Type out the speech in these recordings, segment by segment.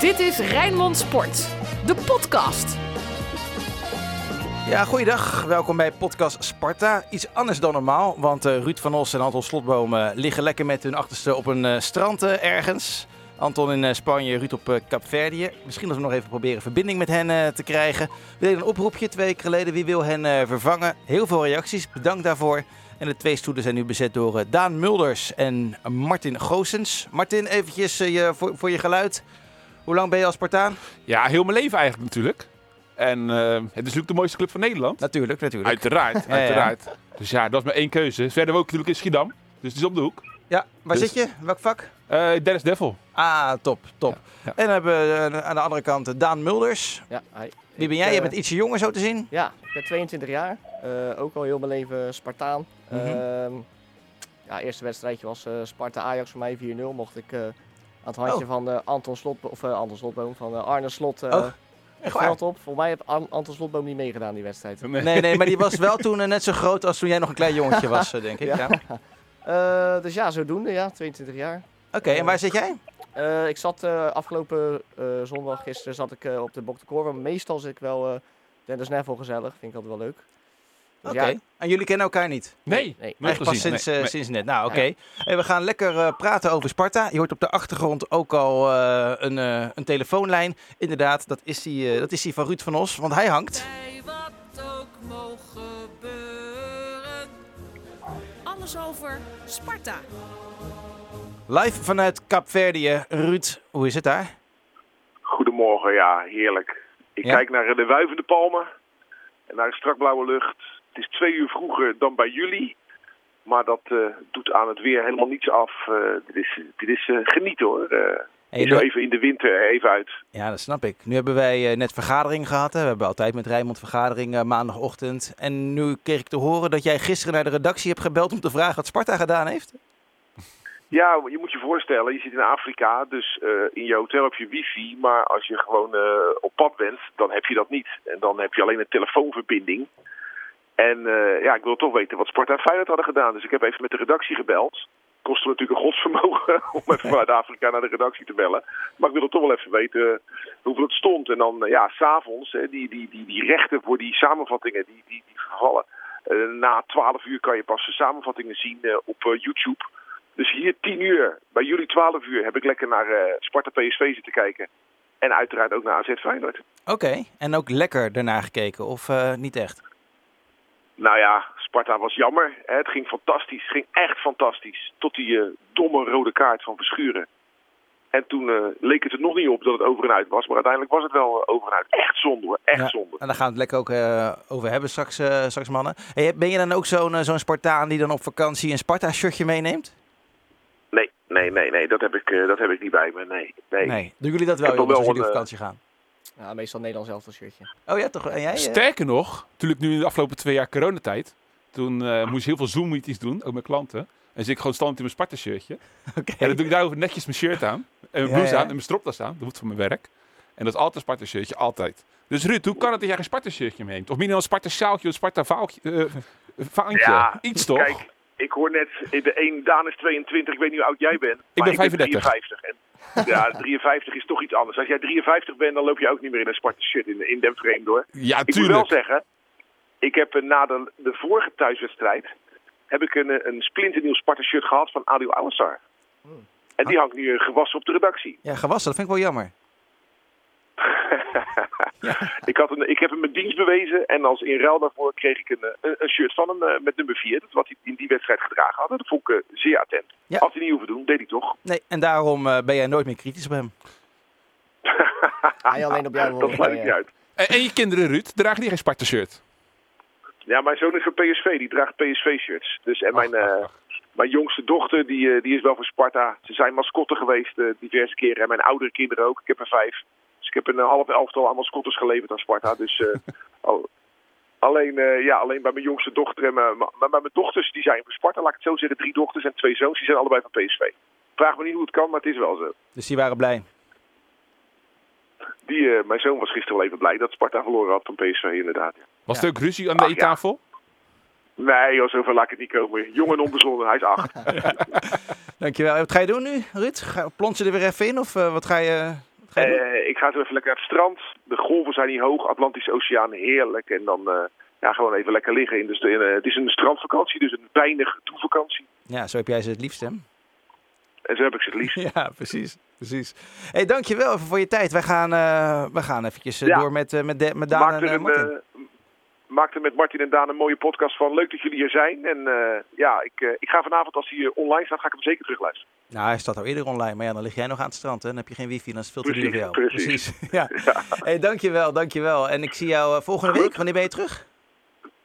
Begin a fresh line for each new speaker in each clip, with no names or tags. Dit is Rijnmond Sport, de podcast.
Ja, goeiedag. Welkom bij podcast Sparta. Iets anders dan normaal, want eh, Ruud van Os en Anton Slotboom eh, liggen lekker met hun achterste op een eh, strand eh, ergens. Anton in eh, Spanje, Ruud op eh Kaapverdië. Misschien dat we nog even proberen verbinding met hen eh, te krijgen. We deden een oproepje twee weken geleden. Wie wil hen eh, vervangen? Heel veel reacties. Bedankt daarvoor. En de twee stoelen zijn nu bezet door eh, Daan Mulders en Martin Goosens. Martin, eventjes eh, je, voor, voor je geluid. Hoe lang ben je als Spartaan?
Ja, heel mijn leven eigenlijk natuurlijk. En eh, het is natuurlijk de mooiste club van Nederland.
Natuurlijk, natuurlijk.
Uiteraard,
ja.
uiteraard. Dus ja, dat is maar één keuze. Verder ook natuurlijk in Schiedam. Dus het is op de hoek.
Ja, waar
Dus-
zit je? Welk vak?
Eh Dennis Devil.
Ah, top, top.
Ja, ja.
En dan hebben we eh, aan de andere kant Daan Mulders.
Ja, hi.
Wie ben
Ik,
jij?
eh,
Je bent ietsje jonger zo te zien.
Ja, ik ben 22 jaar. eh, ook al heel mijn leven Spartaan.
Mhm.
Ehm, ja, eerste wedstrijdje was eh, Sparta-Ajax voor mij 4-0. Mocht ik eh, aan het handje
Oh.
van eh, Anton Slot, of eh, Anton Slotboom, van eh, Arne Slot eh
Oh,
het
Echt waar?
veld op. Volgens mij heeft An- Anton Slotboom niet meegedaan die wedstrijd.
Nee, nee, maar die was wel toen eh, net zo groot als toen jij nog een klein jongetje was, eh, denk ik. Ja.
Ja. Eh, dus ja, zodoende, ja, 22 jaar.
Oké, en waar zit jij?
Eh, ik zat eh, afgelopen eh, zondag, gisteren, zat ik eh, op de Bok de Koren. Meestal zit ik wel eh Dennis Neville gezellig, vind ik altijd wel leuk. Dus
Oké.
ja,
En jullie kennen elkaar niet?
Nee,
nee.
nooit
Echt pas
gezien.
sinds,
Nee,
eh,
nee.
sinds net. Nou, oké. Hey, we gaan lekker eh, praten over Sparta. Je hoort op de achtergrond ook al eh, een, eh, een telefoonlijn. Inderdaad, dat is, die, eh, dat is die van Ruud van Os, want hij hangt.
Bij wat ook mogen gebeuren. Alles over Sparta.
Live vanuit Kaapverdië. Ruud, hoe is het daar?
Goedemorgen, ja, heerlijk. Ik
Ja.
kijk naar eh, de wuivende palmen en naar de strakblauwe lucht. Het is twee uur vroeger dan bij jullie, maar dat eh, doet aan het weer helemaal niets af. Eh, dit is, dit is eh, genieten hoor. Eh,
En je
zo
doet-
even in de winter eh, even uit.
Ja, dat snap ik. Nu hebben wij eh, net vergadering gehad. Hè. We hebben altijd met Rijnmond vergadering eh, maandagochtend. En nu kreeg ik te horen dat jij gisteren naar de redactie hebt gebeld om te vragen wat Sparta gedaan heeft.
Ja, je moet je voorstellen, je zit in Afrika, dus eh, in je hotel heb je wifi, maar als je gewoon eh, op pad bent, dan heb je dat niet. En dan heb je alleen een telefoonverbinding. En eh, ja, ik wil toch weten wat Sparta en Feyenoord hadden gedaan, dus ik heb even met de redactie gebeld. Kostte natuurlijk een godsvermogen om even vanuit Afrika naar de redactie te bellen. Maar ik wilde toch wel even weten eh, hoeveel het stond. En dan, eh, ja, s'avonds, hè, die, die, die, die rechten voor die samenvattingen, die, die, die vervallen. Eh, na 12 uur kan je pas de samenvattingen zien eh, op eh, YouTube. Dus hier 10 uur, bij jullie 12 uur, heb ik lekker naar eh, Sparta PSV zitten kijken. En uiteraard ook naar AZ Feyenoord.
Oké, en ook lekker daarna gekeken of eh, niet echt?
Nou ja, Sparta was jammer. Hè? Het ging fantastisch, het ging echt fantastisch. Tot die eh, domme rode kaart van Verschuren. En toen eh, leek het er nog niet op dat het over en uit was. Maar uiteindelijk was het wel eh, over en uit. Echt zonde hoor, echt
Ja,
zonde.
En daar gaan we het lekker ook eh, over hebben straks, eh, straks mannen. Hey, ben je dan ook zo'n eh, zo'n Spartaan die dan op vakantie een Sparta-shirtje meeneemt?
Nee, nee, nee, nee, dat heb ik, eh, dat heb ik niet bij me. Nee, nee.
Doen jullie dat wel,
heb toch
jongens, als
wel
jullie op
een, eh,
vakantie gaan?
Ja, meestal Nederlands elftal shirtje.
Oh ja, toch? En jij? eh?
Sterker nog, natuurlijk nu in de afgelopen twee jaar coronatijd. Toen eh, moest ik heel veel Zoom-meetings doen, ook met klanten. En zit ik gewoon standaard in mijn Sparta-shirtje.
Oké.
En dan doe ik daarover netjes mijn shirt aan. En mijn
Ja,
blouse
ja.
aan en mijn stropdas aan. Dat hoeft voor mijn werk. En dat is altijd een Sparta-shirtje, altijd. Dus Ruud, hoe kan het dat jij geen Sparta-shirtje meeneemt? Of minimaal een Sparta-sjaaltje, een Sparta-vaantje.
Ja,
Iets toch?
Kijk, ik hoor net, de een Daan is 22, ik weet niet hoe oud jij bent. maar
ben
ik
35.
53. En, ja, 53 is toch iets anders. Als jij 53 bent, dan loop je ook niet meer in een Sparta shirt in, in den frame door.
ja,
Ik moet wel
tuurlijk.
zeggen, ik heb eh, na de, de vorige thuiswedstrijd, heb ik een, eh, een splinternieuw Sparta shirt gehad van Adil Alassar.
Hmm.
En die hangt nu eh, gewassen op de redactie.
Ja, gewassen, dat vind ik wel jammer.
Ik, had een, ik heb hem mijn dienst bewezen en als in ruil daarvoor kreeg ik een, eh, een, een shirt van hem eh, met nummer 4. Dat wat hij in die wedstrijd gedragen had. Dat vond ik eh, zeer attent.
Ja.
Had hij niet hoeven doen, deed hij toch.
Nee, en daarom eh, ben jij nooit meer kritisch bij hem. Ah,
Hij alleen op jou
dat
horen,
sluit
eh,
ik niet uit.
En, en je kinderen, Ruud, dragen die geen Sparta-shirt?
Ja, mijn zoon is van PSV, die draagt PSV-shirts. Dus, en mijn,
Ach, ach,
eh,
ach.
mijn jongste dochter, die, eh, die is wel van Sparta. Ze zijn mascotten geweest eh, diverse keren. En mijn oudere kinderen ook. Ik heb er vijf. Dus ik heb een eh, half elftal aan mascottes geleverd aan Sparta. Dus, eh, al- alleen, eh, ja, alleen bij mijn jongste dochter en mijn, maar, maar mijn dochters, die zijn van Sparta. Laat ik het zo zeggen, drie dochters en twee zoons. Die zijn allebei van PSV. Vraag me niet hoe het kan, maar het is wel zo.
Dus die waren blij.
Die, eh, mijn zoon was gisteren wel even blij dat Sparta verloren had van PSV, inderdaad.
Was er ook ruzie aan de
Ach, ja.
eettafel?
Nee, joh, zover laat ik het niet komen. Jong en onbezonnen, hij is acht.
Dankjewel. En Wat ga je doen nu, Ruud? Ga, plons je er weer even in of eh, wat ga je, wat Ga je doen?
Eh, ik ga zo even lekker naar het strand. De golven zijn hier hoog, Atlantische Oceaan heerlijk. En dan eh, ja, gewoon even lekker liggen. In de, st- in, eh, het is een strandvakantie, dus een weinig toevakantie.
Ja, zo heb jij ze het liefst, hè?
En zo heb ik ze het liefst.
Ja, precies. precies. hey, dankjewel even voor je tijd. Wij gaan, eh we gaan eventjes eh,
Ja.
door met, eh, met, de- met Daan
Maak
en
er
eh,
een,
Martin.
eh, maak er met Martin en Daan een mooie podcast van. Leuk dat jullie hier zijn. En eh, ja, ik, eh, ik ga vanavond, als hij eh, online staat, ga ik hem zeker terugluisteren.
Nou, hij staat al eerder online, maar ja, dan lig jij nog aan het strand. Hè? Dan heb je geen wifi, dan is het veel te duur
Precies,
voor jou.
precies.
ja. hey, dankjewel, dankjewel. En ik zie jou eh, volgende week. Wanneer ben je terug?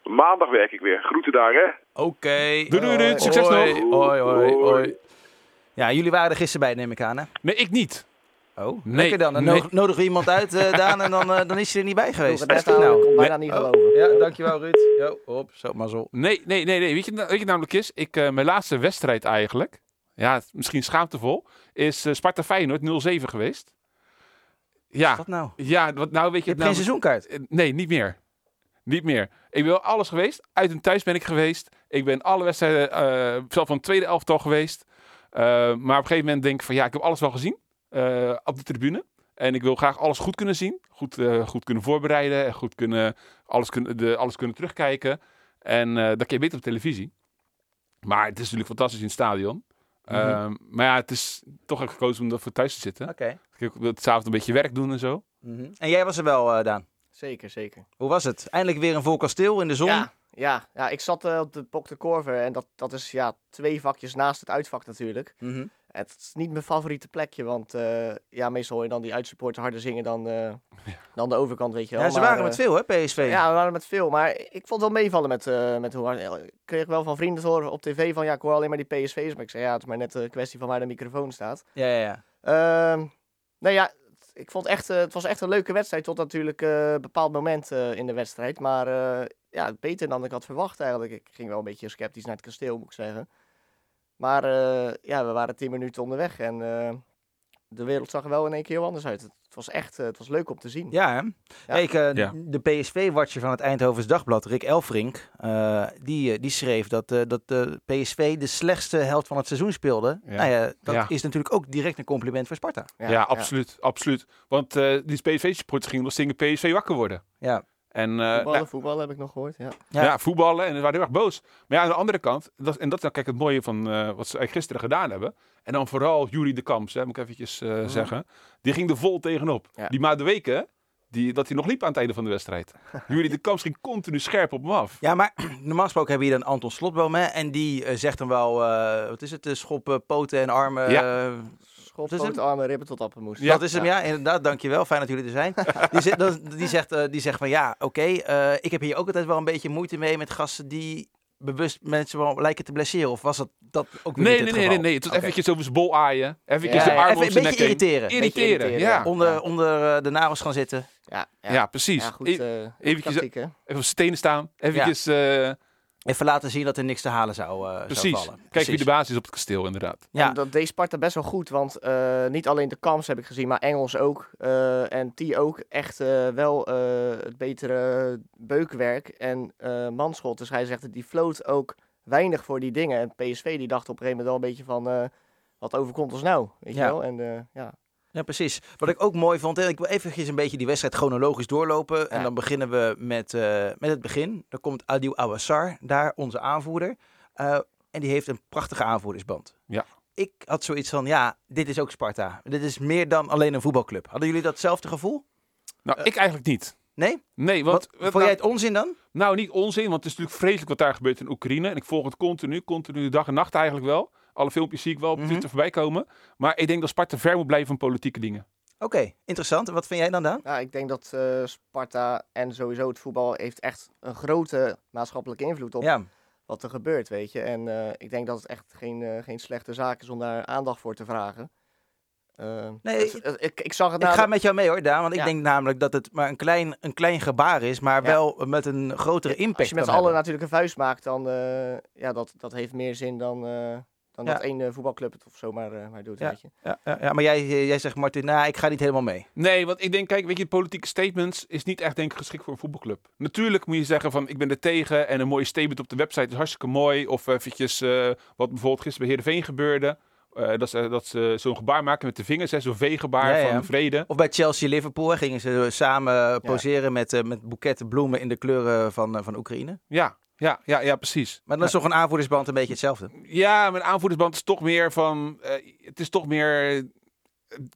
Maandag werk ik weer. Groeten daar, hè.
Oké.
Doei, doei, doei.
Hoi.
Succes nog.
Hoi, Hoi, hoi, hoi.
Hoi.
Ja, jullie waren er gisteren bij, neem ik aan, hè?
Nee, ik niet.
Oh,
Nee,
lekker dan. Dan
nee.
nodig- nodigen we iemand uit, eh, Daan, en dan, eh, dan is hij er niet bij
Ik
geweest.
kon het
Wat
net
is dit
houden, ik kon bijna niet
Oh,
geloven.
Ja, dankjewel, Ruud. Jo, hop, zo, mazzel.
Nee, nee, nee, nee. Weet je, weet je namelijk is, ik, eh, mijn laatste wedstrijd eigenlijk, ja, het- misschien schaamtevol, is eh, Sparta Feyenoord 0-7 geweest.
Wat is
Ja,
dat nou?
ja, wat nou weet
Je hebt
je. nou,
geen seizoenkaart.
Eh, Nee, niet meer. Niet meer. Ik ben wel alles geweest. Uit en thuis ben ik geweest. Ik ben alle wedstrijden, eh zelf van het tweede elftal geweest. Eh, maar op een gegeven moment denk ik van ja, ik heb alles wel gezien eh, op de tribune. En ik wil graag alles goed kunnen zien. Goed, eh, goed kunnen voorbereiden. En goed kunnen, alles, kunnen, de, alles kunnen terugkijken. En eh dat kun je beter op televisie. Maar het is natuurlijk fantastisch in het stadion.
Mhm.
Ehm, maar ja, het is toch heb ik gekozen om er voor thuis te zitten.
Oké.
Ik wil s'avonds een beetje werk doen en zo.
Mhm. En jij was er wel, eh, Daan.
Zeker, zeker.
Hoe was het? Eindelijk weer een vol kasteel in de zon.
Ja, ja, ja, ik zat eh, op de Bok de Korver en dat, dat is ja, twee vakjes naast het uitvak natuurlijk.
Mhm.
Het is niet mijn favoriete plekje, want eh, ja, meestal hoor je dan die uitsupporter harder zingen dan, eh, dan de overkant, weet je wel.
Ja, ze
maar,
waren
eh,
met veel, hè, PSV?
Ja, we waren met veel, maar ik vond het wel meevallen met, eh, met hoe hard... Ik kreeg wel van vrienden te horen op tv van, ja, ik hoor alleen maar die PSV's. Maar ik zei, ja, het is maar net een kwestie van waar de microfoon staat.
ja, ja. ja.
Ehm nee, ja, het- ik vond echt, eh, het was echt een leuke wedstrijd tot natuurlijk eh, een bepaald moment eh, in de wedstrijd. Maar eh, ja, beter dan ik had verwacht eigenlijk. Ik ging wel een beetje sceptisch naar het kasteel, moet ik zeggen. Maar eh, ja, we waren tien minuten onderweg en eh, de wereld zag er wel in één keer heel anders uit. Het het was echt eh, het was leuk om te zien.
Ja, hè? Hey, ik, eh,
Ja.
De PSV-watcher van het Eindhovens Dagblad, Rick Elfrink, eh, die, eh, die schreef dat, eh, dat eh, PSV de slechtste helft van het seizoen speelde.
Ja.
Nou ja, dat
Ja.
is natuurlijk ook direct een compliment voor Sparta.
Ja, absoluut, absoluut. Want eh, die PSV-supporters gingen nog zingen PSV wakker worden.
Ja.
En eh,
Voetballen,
nou,
voetballen heb ik nog gehoord, ja.
ja.
ja. voetballen en we waren heel erg boos. Maar ja, aan de andere kant, dat, en dat is nou kijk het mooie van eh, wat ze eigenlijk gisteren gedaan hebben. En dan vooral Jury de Kamps, hè, moet ik eventjes eh, zeggen. Die ging er vol tegenop.
Ja.
Die Maduweke, die, dat hij nog liep aan het einde van de wedstrijd. Jury de Kamps ging continu scherp op hem af.
Ja, maar normaal gesproken hebben we hier dan Anton Slotboom, hè? En die eh, zegt dan wel, eh, wat is het, eh, schoppen, poten en armen.
Ja.
eh,
Schop,
Dat is
poot,
hem.
armen, ribben tot appelmoes.
dat is hem, ja. Inderdaad, dankjewel. Fijn dat jullie er zijn. die, zegt, dat- die, zegt, eh, die zegt van, ja, oké, eh, ik heb hier ook altijd wel een beetje moeite mee met gasten die bewust mensen wel lijken te blesseren. Of was dat, dat ook weer
Nee,
niet
nee,
het
nee, nee,
geval?
nee. Het was
Oké.
eventjes over zijn bol aaien. Eventjes
Ja,
de
ja,
armen
even
om
een
zijn
beetje
nek heen.
irriteren.
Irriteren,
Beetje irriteren,
ja.
Onder,
Ja.
onder eh, de nagels gaan zitten.
Ja, ja.
Ja, precies.
Ja, goed,
E-
eh,
eventjes-
tactiek, hè.
even op stenen staan. Eventjes... eh,
Even laten zien dat er niks te halen zou, eh, zou
Precies.
vallen.
Kijk wie de baas is op het kasteel, inderdaad.
Ja.
En dat deed Sparta best wel goed, want eh, niet alleen de Kams heb ik gezien, maar Engels ook. eh, en T ook echt eh, wel eh, het betere beukwerk. En eh Manschot, de scheidsrechter, die floot ook weinig voor die dingen. En PSV die dacht op een gegeven moment wel een beetje van, eh, wat overkomt ons nou? Weet
Ja.
je wel? En eh, ja,
Ja, precies. Wat ik ook mooi vond, en ik wil eventjes een beetje die wedstrijd chronologisch doorlopen. En
Ja.
dan beginnen we met, eh, met het begin. Dan komt Adil Awassar, daar onze aanvoerder. Eh, en die heeft een prachtige aanvoerdersband.
Ja.
Ik had zoiets van, ja, dit is ook Sparta. Dit is meer dan alleen een voetbalclub. Hadden jullie datzelfde gevoel?
Nou, ik eigenlijk niet.
Eh, Nee?
Nee, want...
Wat,
wat
vond
nou-
jij het onzin dan?
Nou, niet onzin, want het is natuurlijk vreselijk wat daar gebeurt in Oekraïne. En ik volg het continu, continu dag en nacht eigenlijk wel. Alle filmpjes zie ik wel op
Mhm.
Twitter voorbij komen. Maar ik denk dat Sparta ver moet blijven van politieke dingen.
Oké, interessant. En wat vind jij dan, Daan?
Nou, ik denk dat eh, Sparta en sowieso het voetbal heeft echt een grote maatschappelijke invloed op
Ja.
wat er gebeurt, weet je. En eh, ik denk dat het echt geen, eh, geen slechte zaak is om daar aandacht voor te vragen. Eh,
Nee,
het-
ik-
het- ik, ik zag het
Ik
na
ga
de-
met jou mee hoor, Daan. Want ik
Ja.
denk namelijk dat het maar een klein, een klein gebaar is, maar
Ja.
wel met een grotere impact.
Als je met z'n
kan hebben.
allen natuurlijk een vuist maakt, dan eh, ja, dat, dat heeft meer zin dan, eh, dan
Ja.
dat één eh, voetbalclub het of zo maar, eh, maar doet, weet je.
Ja, ja, ja, maar jij, jij zegt, Martin, nou, ik ga niet helemaal mee.
Nee, want ik denk, kijk, weet je, politieke statements is niet echt denk ik geschikt voor een voetbalclub. Natuurlijk moet je zeggen van, ik ben er tegen en een mooie statement op de website is hartstikke mooi. Of eventjes eh, wat bijvoorbeeld gisteren bij Heerenveen gebeurde. Eh, eh, dat ze, dat ze zo'n gebaar maken met de vingers, hè, zo'n V-gebaar
Ja, ja.
van vrede.
Of bij Chelsea-Liverpool hè, gingen ze samen poseren met, eh, met boeketten bloemen in de kleuren van, eh, van Oekraïne.
Ja, ja, ja, ja precies.
Maar dan is toch een aanvoerdersband een beetje hetzelfde.
Ja, mijn aanvoerdersband is toch meer van. eh, het is toch meer eh,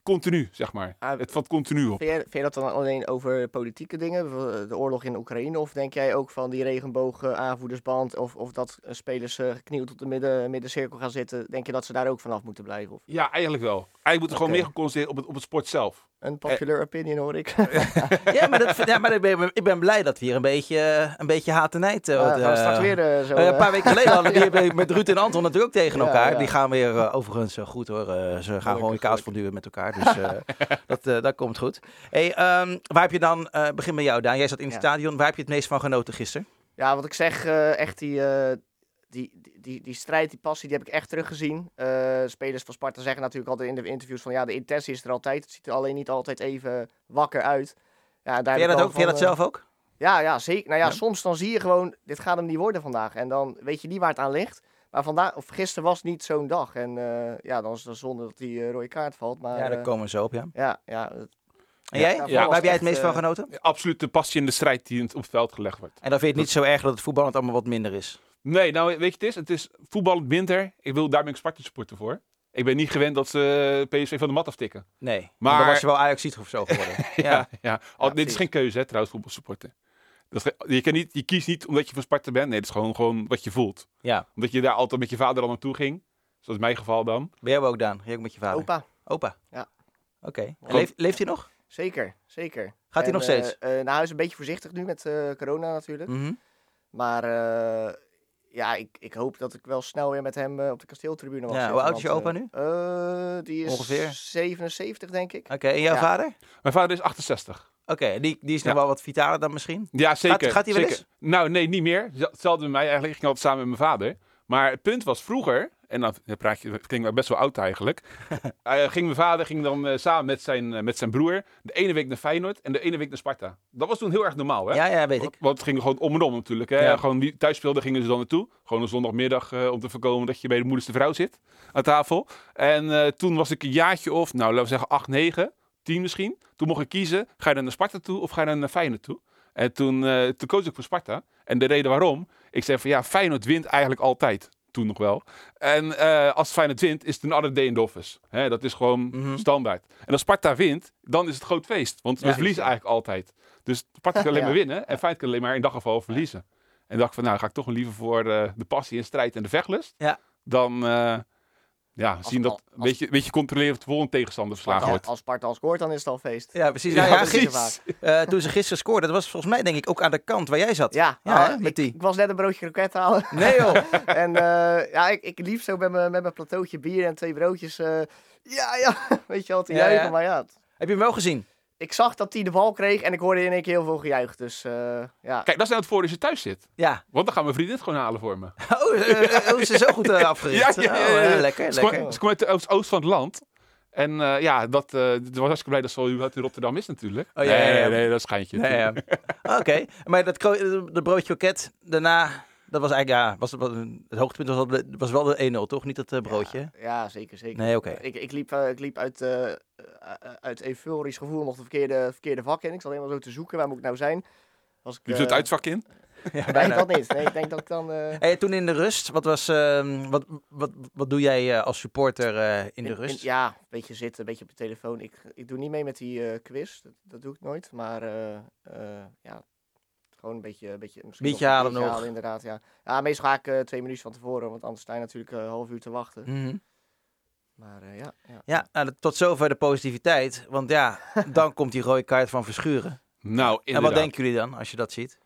continu, zeg maar.
Ah,
het valt continu op.
Vind jij, vind jij dat dan alleen over politieke dingen, bijvoorbeeld de oorlog in Oekraïne? Of denk jij ook van die regenbogen aanvoerdersband of, of dat eh, spelers eh, geknield op de midden, middencirkel gaan zitten? Denk je dat ze daar ook vanaf moeten blijven? Of?
Ja, eigenlijk wel. Eigenlijk moet er gewoon
Oké.
meer geconcentreerd op het, op het sport zelf.
Eh,
Een popular opinion hoor ik.
ja, maar, dat, ja, maar ik, ben, ik ben blij dat we hier een beetje, eh, een beetje haat en nijd... eh,
Ja,
wat,
gaan we straks
eh,
weer eh, zo.
eh, een
eh,
paar weken geleden hadden we hier bij- met Ruud en Anton natuurlijk ook tegen
Ja,
elkaar.
ja.
Die gaan weer eh, overigens eh, goed hoor. Eh, ze gaan gewoon
Gelukkig,
kaas duwen met elkaar. Dus eh, dat, eh, dat komt goed. Hey, ehm, waar heb je dan, eh, begin bij jou Daan, jij zat in het
Ja.
stadion. Waar heb je het meest van genoten gisteren?
Ja, wat ik zeg, eh, echt die, eh, die, die, die, die strijd, die passie, die heb ik echt teruggezien. Eh, spelers van Sparta zeggen natuurlijk altijd in de interviews van ja, de intentie is er altijd. Het ziet er alleen niet altijd even wakker uit. Ja, daar
Vind jij dat, ook, vind jij dat zelf ook?
eh, Ja, ja, zeker. Nou ja, soms dan zie je gewoon, dit gaat hem niet worden vandaag. En dan weet je niet waar het aan ligt. Maar vandaag, of gisteren was niet zo'n dag. En eh, ja, dan is het zonde dat die eh, rode kaart valt. Maar,
Ja, daar
eh,
komen we zo op, ja.
ja, ja, dat-
En jij?
Ja,
Waar
was
heb jij het
echt,
meest van
eh,
genoten?
Absoluut de passie in de strijd die op het veld gelegd wordt.
En dan vind je het niet zo erg dat het voetbal het allemaal wat minder is.
Nee, nou weet je, het is, het is voetballend minder. Ik wil daar ben ik Sparta supporter voor. Ik ben niet gewend dat ze eh, PSV van de mat aftikken.
Nee. Maar
Maar-
dan was je wel ajax of zo geworden. ja.
Ja, ja. Al- dit
Ja,
is
precies.
geen keuze, hè, trouwens, voetbalsupporter. Dat, is geen- je, kan niet, je kiest niet omdat je van Sparta bent. Nee, het is gewoon, gewoon wat je voelt.
Ja.
Omdat je daar altijd met je vader al naartoe ging. Zoals mijn geval dan.
Ben jij ook, Daan? Jij ook met je vader?
opa,
Opa.
Ja.
Oké. En
Gewoon-
leeft, leeft hij nog?
zeker, zeker.
Gaat hij
En,
nog steeds?
eh, eh, nou, hij is een beetje voorzichtig nu met eh, corona natuurlijk.
Mhm.
Maar eh, ja, ik, ik hoop dat ik wel snel weer met hem eh, op de kasteeltribune mag
Ja,
zitten,
hoe oud is je
want,
opa
eh,
nu?
eh, die is
Ongeveer.
77, denk ik.
Oké, en jouw
Ja.
vader? Oké,
Mijn vader is 68.
die, die is nog
Ja.
wel wat vitaler dan misschien.
Ja, zeker.
gaat hij wel
zeker. Nou, nee, niet meer. Z- Hetzelfde met mij eigenlijk. Ik ging altijd samen met mijn vader. Maar het punt was vroeger, en dan praat je, het klinkt wel best wel oud eigenlijk. eh, ging mijn vader ging dan eh, samen met zijn, eh, met zijn broer de ene week naar Feyenoord en de ene week naar Sparta. Dat was toen heel erg normaal, hè?
Ja, ja, weet ik.
Want het ging gewoon om en om natuurlijk. Hè?
Ja.
Gewoon wie thuis speelde gingen ze dan naartoe. Gewoon een zondagmiddag eh, om te voorkomen dat je bij de moederste vrouw zit aan tafel. En eh, toen was ik een jaartje of, nou laten we zeggen 8, 9, 10 misschien. Toen mocht ik kiezen, ga je dan naar Sparta toe of ga je dan naar Feyenoord toe? En toen, eh, toen koos ik voor Sparta. En de reden waarom, ik zei van ja, Feyenoord wint eigenlijk altijd. Toen nog wel. En eh, als Feyenoord wint, is het een other day in the office. Hè, dat is gewoon
Mhm.
standaard. En als Sparta wint, dan is het groot feest. Want
Ja.
we verliezen eigenlijk altijd. Dus Sparta kan alleen
Ja.
maar winnen en Feyenoord kan alleen maar in dat geval verliezen. En dacht ik van, nou ga ik toch liever voor eh, de passie en strijd en de vechtlust.
Ja.
Dan eh, ja, zien dat
als-
een beetje, beetje controleren of de volgende tegenstander verslagen
Sparta,
wordt.
als Sparta al scoort, dan is het al feest.
Ja, precies.
Ja,
Nou ja,
dat is
gis-
niet waar.
eh, toen ze gisteren scoorden, dat was volgens mij denk ik ook aan de kant waar jij zat.
Ja,
Ja, Oh,
nou,
hè, met die.
ik was net een broodje kroket halen.
Nee joh.
en eh, ja, ik, ik liep zo met mijn met mijn plateautje bier en twee broodjes. eh, ja, ja, weet je wel, te
Ja, ja.
juichen. Maar ja, het-
heb je hem wel gezien?
ik zag dat hij de bal kreeg en ik hoorde in één keer heel veel gejuich. Dus eh, ja,
Kijk, dat is nou het voordeel als je thuis zit.
Ja.
Want dan gaan mijn vriendin het gewoon halen voor me.
Oh, eh, eh, oh, ze is zo goed eh, afgericht.
Ja, ja, ja,
Oh, eh,
ja.
lekker,
Ze kwam-
lekker.
Ze komt uit de oost, oost van het land. En eh, ja, dat, eh, dat was hartstikke blij dat ze al uit Rotterdam is natuurlijk.
Oh, ja, ja,
nee,
ja.
nee, nee, dat schijnt je.
Nee, ja. Oké, maar dat kro- de broodje kroket daarna, dat was eigenlijk, ja, was, was- het hoogtepunt was, wel de- was wel de 1-0 toch? Niet dat eh, broodje?
ja zeker, zeker.
Nee, oké.
Ik, ik, liep, eh, ik liep uit, eh, eh, uit euforisch gevoel nog de verkeerde, verkeerde vak in. Ik zat helemaal zo te zoeken, waar moet ik nou zijn? Was ik,
Je
eh,
het uitvak in.
Ja,
Nee, dat niet. Nee, ik denk dat ik dan... eh,
Hey, toen in de rust, wat, was, ehm, wat, wat, wat doe jij eh, als supporter eh, in de rust?
ja, een beetje zitten, een beetje op de telefoon. Ik, ik doe niet mee met die eh, quiz, dat, dat doe ik nooit. Maar eh, eh, ja, gewoon een beetje... Een beetje misschien
Biertje
een
halen nog.
inderdaad, ja. ja. Meestal ga ik eh, twee minuutjes van tevoren, want anders sta je natuurlijk eh, een half uur te wachten.
Mhm.
Maar eh, ja, ja.
Ja, nou, dat- tot zover de positiviteit. Want ja, dan komt die rode kaart van Verschuren.
Nou, inderdaad.
En wat denken jullie dan als je dat ziet?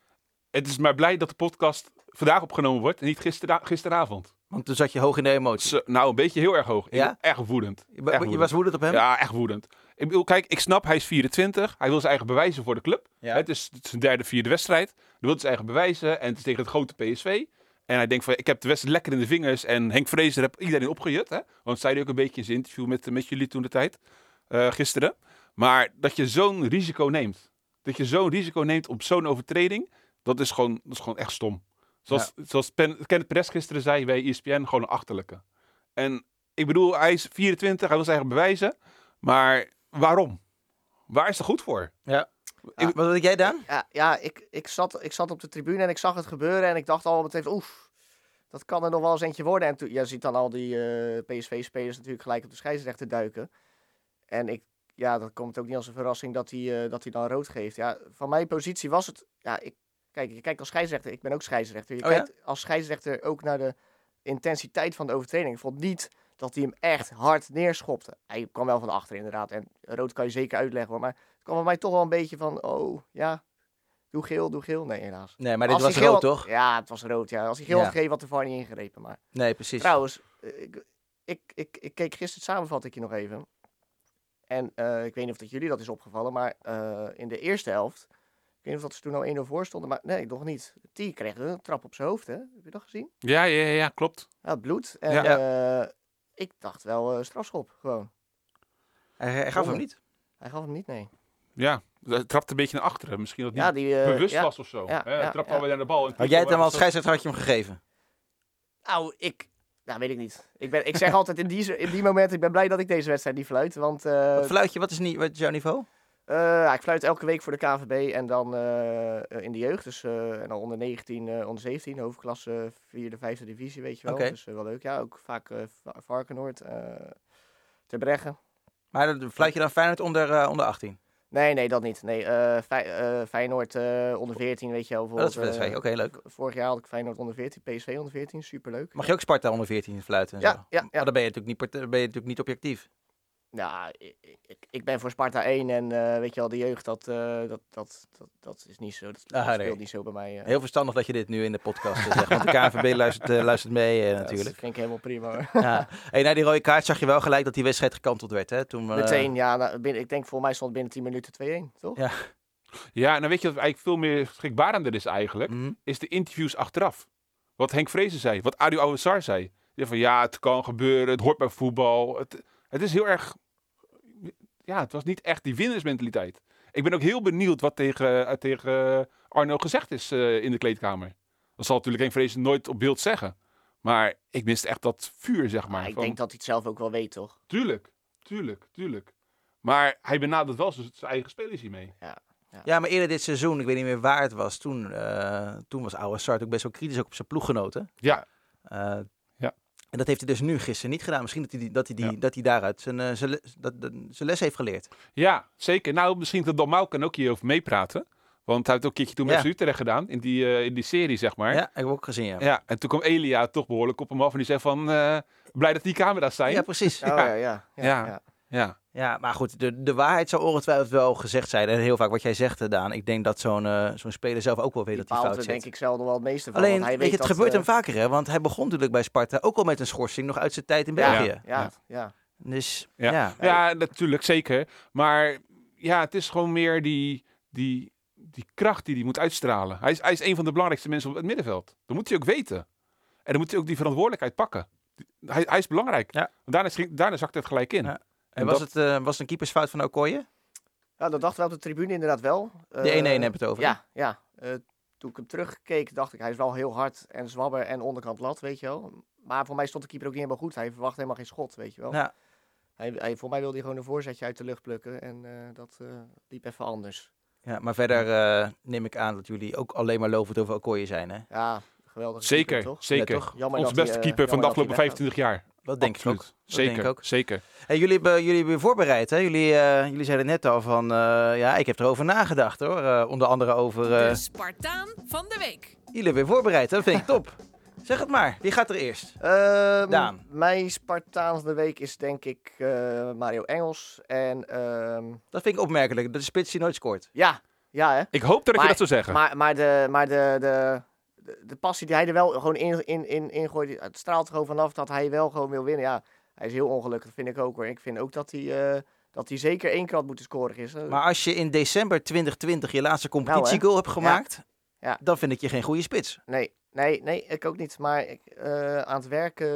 Het is maar blij dat de podcast vandaag opgenomen wordt en niet gistera- gisteravond.
Want toen zat je hoog in de emotie.
Zo, nou, een beetje heel erg hoog. Ik
Ja?
ben Echt woedend.
Je,
Echt
wa- je was woedend op hem?
Ja, echt woedend. Ik bedoel, kijk, ik snap, hij is 24. Hij wil zijn eigen bewijzen voor de club.
Ja.
Het, is, het is zijn derde, vierde wedstrijd. Hij wil zijn eigen bewijzen en het is tegen het grote PSV. En hij denkt van, ik heb de wedstrijd lekker in de vingers. En Henk Vrezer heb iedereen opgejut. Hè? Want dat zei hij ook een beetje in zijn interview met, met jullie toen de tijd, eh, gisteren. Maar dat je zo'n risico neemt. Dat je zo'n risico neemt op zo'n overtreding. Dat is gewoon, dat is gewoon echt E stom. Zoals, zoals Pen, Kenneth Perez gisteren zei bij ESPN, gewoon een achterlijke. En Ik bedoel, hij is 24, hij wil zijn eigen bewijzen. Maar waarom? Waar is het goed voor?
Ja.
Ja.
Ah. Wat had jij dan?
Ja, ja ik, ik, zat, ik zat op de tribune en ik zag het gebeuren. En ik dacht al meteen, van, oef, dat kan er nog wel eens eentje worden. En toen, je ziet dan al die eh, PSV-spelers natuurlijk gelijk op de scheidsrechter duiken. En ik, ja, dat komt ook niet als een verrassing dat hij, eh, dat hij dan rood geeft. Ja, van mijn positie was het, ja, ik, kijk, je kijkt als scheidsrechter. Ik ben ook scheidsrechter. Je
Oh ja?
kijkt als scheidsrechter ook naar de intensiteit van de overtreding. Ik vond niet dat hij hem echt hard neerschopte. Hij kwam wel van achter inderdaad. En rood kan je zeker uitleggen hoor. Maar het kwam bij mij toch wel een beetje van, oh ja, doe geel, doe geel. Nee, helaas.
Nee, maar dit
Als
was
hij geel
rood,
had-
toch?
Ja, het was rood. Ja. Als hij geel
Ja.
had gegeven, had de VAR niet ingrepen. Maar
Nee, precies.
trouwens, eh, ik, ik, ik, ik keek gisteren het samenvatting nog even. En eh, ik weet niet of dat jullie dat is opgevallen, maar eh, in de eerste helft... Ik weet niet of dat ze toen al 1-0 voor stonden, maar nee, nog niet. T kreeg een trap op zijn hoofd, hè? Heb je dat gezien?
Ja, ja, ja, ja, klopt.
Ja, het bloed. En eh, ik dacht wel eh, strafschop, gewoon.
Hij, hij gaf
Oh.
hem niet.
Hij gaf hem niet, nee.
Ja, hij trapt een beetje naar achteren. Misschien dat niet
Ja, die... eh,
bewust
ja.
was of zo.
ja,
Hè, hij
ja,
trapt
ja.
alweer naar de bal. en
Had jij het dan wel als
zo-
scheidsrechter had je hem gegeven?
Nou, ik... Nou, weet ik niet. Ik, ben, ik zeg altijd in die, in die moment, ik ben blij dat ik deze wedstrijd niet fluit. Want eh,
Wat fluitje, wat is, niet, wat is jouw niveau?
eh, ja, ik fluit elke week voor de KVB en dan eh, eh, in de jeugd. Dus eh, en dan onder 19, eh, onder 17, hoofdklasse, vierde, vijfde divisie, weet je wel.
Oké.
Dus eh, wel leuk. Ja, ook vaak eh, Va- Varkenoord, eh Ter Breggen.
Maar dan fluit je dan Feyenoord onder, eh, onder 18?
Nee, nee, dat niet. Nee, eh, Fey- eh, Feyenoord eh, onder 14, weet je wel.
Oh, dat is
bijvoorbeeld,
wel oké,
eh,
leuk.
v- Vorig jaar had ik Feyenoord onder 14, PSV onder 14, superleuk.
Mag je ook Sparta onder 14 fluiten? En
Ja,
zo?
ja, ja.
Maar dan ben je natuurlijk niet, part- dan ben je natuurlijk niet objectief.
Nou, ik, ik, ik ben voor Sparta 1 en eh, weet je wel, de jeugd, dat, eh, dat, dat, dat, dat is niet zo. Dat, dat
Ah, nee.
speelt niet zo bij mij. eh.
Heel verstandig dat je dit nu in de podcast eh, zegt. Want de KNVB luistert, eh, luistert mee eh,
Dat
natuurlijk.
vind ik helemaal prima hoor.
Ja. Hey, na die rode kaart zag je wel gelijk dat die wedstrijd gekanteld werd. Hè? Toen, eh,
Meteen, ja, nou, binnen, ik denk voor mij stond binnen 10 minuten 2-1, toch?
Ja.
Ja, en dan weet je dat eigenlijk veel meer schrikbarender is eigenlijk.
Mhm.
is de interviews achteraf. Wat Henk Vrezen zei, wat Adi Ouassar zei. Die zei van ja, het kan gebeuren, het hoort bij voetbal. Het, het is heel erg, ja, het was niet echt die winnersmentaliteit. Ik ben ook heel benieuwd wat tegen, eh, tegen eh, Arno gezegd is eh, in de kleedkamer. Dat zal natuurlijk Henk Vrezen nooit op beeld zeggen. Maar ik miste echt dat vuur, zeg maar.
Maar Ah, ik
van,
denk dat hij het zelf ook wel weet, toch?
Tuurlijk, tuurlijk, tuurlijk. Maar hij benadert wel zijn zijn eigen spelers hiermee.
Ja, maar eerder dit seizoen, ik weet niet meer waar het was, toen, eh, toen was Oude Sart ook best wel kritisch ook op zijn ploeggenoten.
Ja.
Eh,
Ja.
En dat heeft hij dus nu gisteren niet gedaan. Misschien dat hij, die- dat hij, die,
Ja.
dat hij daaruit zijn, eh, zijn, le- dat, dat- zijn les heeft geleerd.
Ja, zeker. Nou, misschien dat Dalmau kan ook hierover meepraten. Want hij heeft ook een keertje toen met
Ja.
FC Utrecht gedaan, in die, eh, in die serie, zeg maar.
Ja,
Ja.
ik heb ook gezien, ja.
en toen kwam Elia toch behoorlijk op hem af en die zei van, eh, blij dat die camera's zijn.
Ja,
Ja,
precies.
Oh, ja, ja. ja,
Ja.
ja.
ja.
Ja, maar goed, de, de waarheid zou ongetwijfeld wel gezegd zijn. En heel vaak wat jij zegt, eh, Daan. Ik denk dat zo'n eh, zo'n speler zelf ook wel weet
Die
dat hij
paalt
fout zit.
er denk ik zelden wel het meeste van.
Alleen,
want hij
weet je, het
dat,
gebeurt
eh,
hem vaker, hè? Want hij begon natuurlijk bij Sparta ook al met een schorsing nog uit zijn tijd in
Ja,
België.
ja, ja, ja.
Dus, ja.
natuurlijk, zeker. Maar ja, het is gewoon meer die, die, die kracht die hij moet uitstralen. Hij is, hij is een van de belangrijkste mensen op het middenveld. Dat moet hij ook weten. En dan moet hij ook die verantwoordelijkheid pakken. Hij, hij is belangrijk.
Ja.
Want daarna, schrik- daarna zakt het gelijk in.
Ja. En
En
was,
dat-
het, eh, was het een keepersfout van Okoye?
Ja, dat dachten we op de tribune inderdaad wel.
De 1-1
Eh,
hebben we het over. hè?
Ja, ja. Eh, toen ik hem terugkeek, dacht ik, hij is wel heel hard en zwabber en onderkant lat, weet je wel. Maar voor mij stond de keeper ook niet helemaal goed. Hij verwacht helemaal geen schot, weet je wel.
Ja.
Hij, hij, voor mij wilde hij gewoon een voorzetje uit de lucht plukken en eh, dat eh, liep even anders.
Ja, maar verder eh, neem ik aan dat jullie ook alleen maar lovend over Okoye zijn, hè?
Ja, geweldig.
Zeker,
toch?
zeker.
Ja, toch?
Jammer
Ons
dat hij,
beste
eh,
keeper van de
jammer dat hij
afgelopen 25 jaar.
Dat denk
Absoluut.
ik ook. Dat
Zeker,
denk ik ook.
zeker.
Hey, jullie, hebben, jullie hebben je voorbereid, hè? Jullie, eh, jullie zeiden net al van, eh, ja, ik heb erover nagedacht, hoor. Eh, onder andere over... eh,
De Spartaan van de week.
Jullie hebben je voorbereid, hè? dat vind ik top. zeg het maar, wie gaat er eerst?
Ehm,
Daan.
Mijn Spartaan van de week is denk ik eh, Mario Engels. En ehm,
Dat vind ik opmerkelijk, dat de spits die nooit scoort.
ja, ja hè.
Ik hoop dat ik
Maar-
je dat zou zeggen.
Maar, maar, de, maar de, de, de, de passie die hij er wel gewoon in, in, in, in gooit, die- het straalt gewoon vanaf dat hij wel gewoon wil winnen. Ja, hij is heel ongelukkig, vind ik ook hoor. Ik vind ook dat hij, eh, dat hij zeker één keer had moeten scoren gisteren.
Maar als je in december 2020 je laatste competitiegoal hebt gemaakt,
Nou, Ja.
dan vind ik je geen goede spits.
Nee, nee, nee, ik ook niet. Maar ik, eh, aan het werken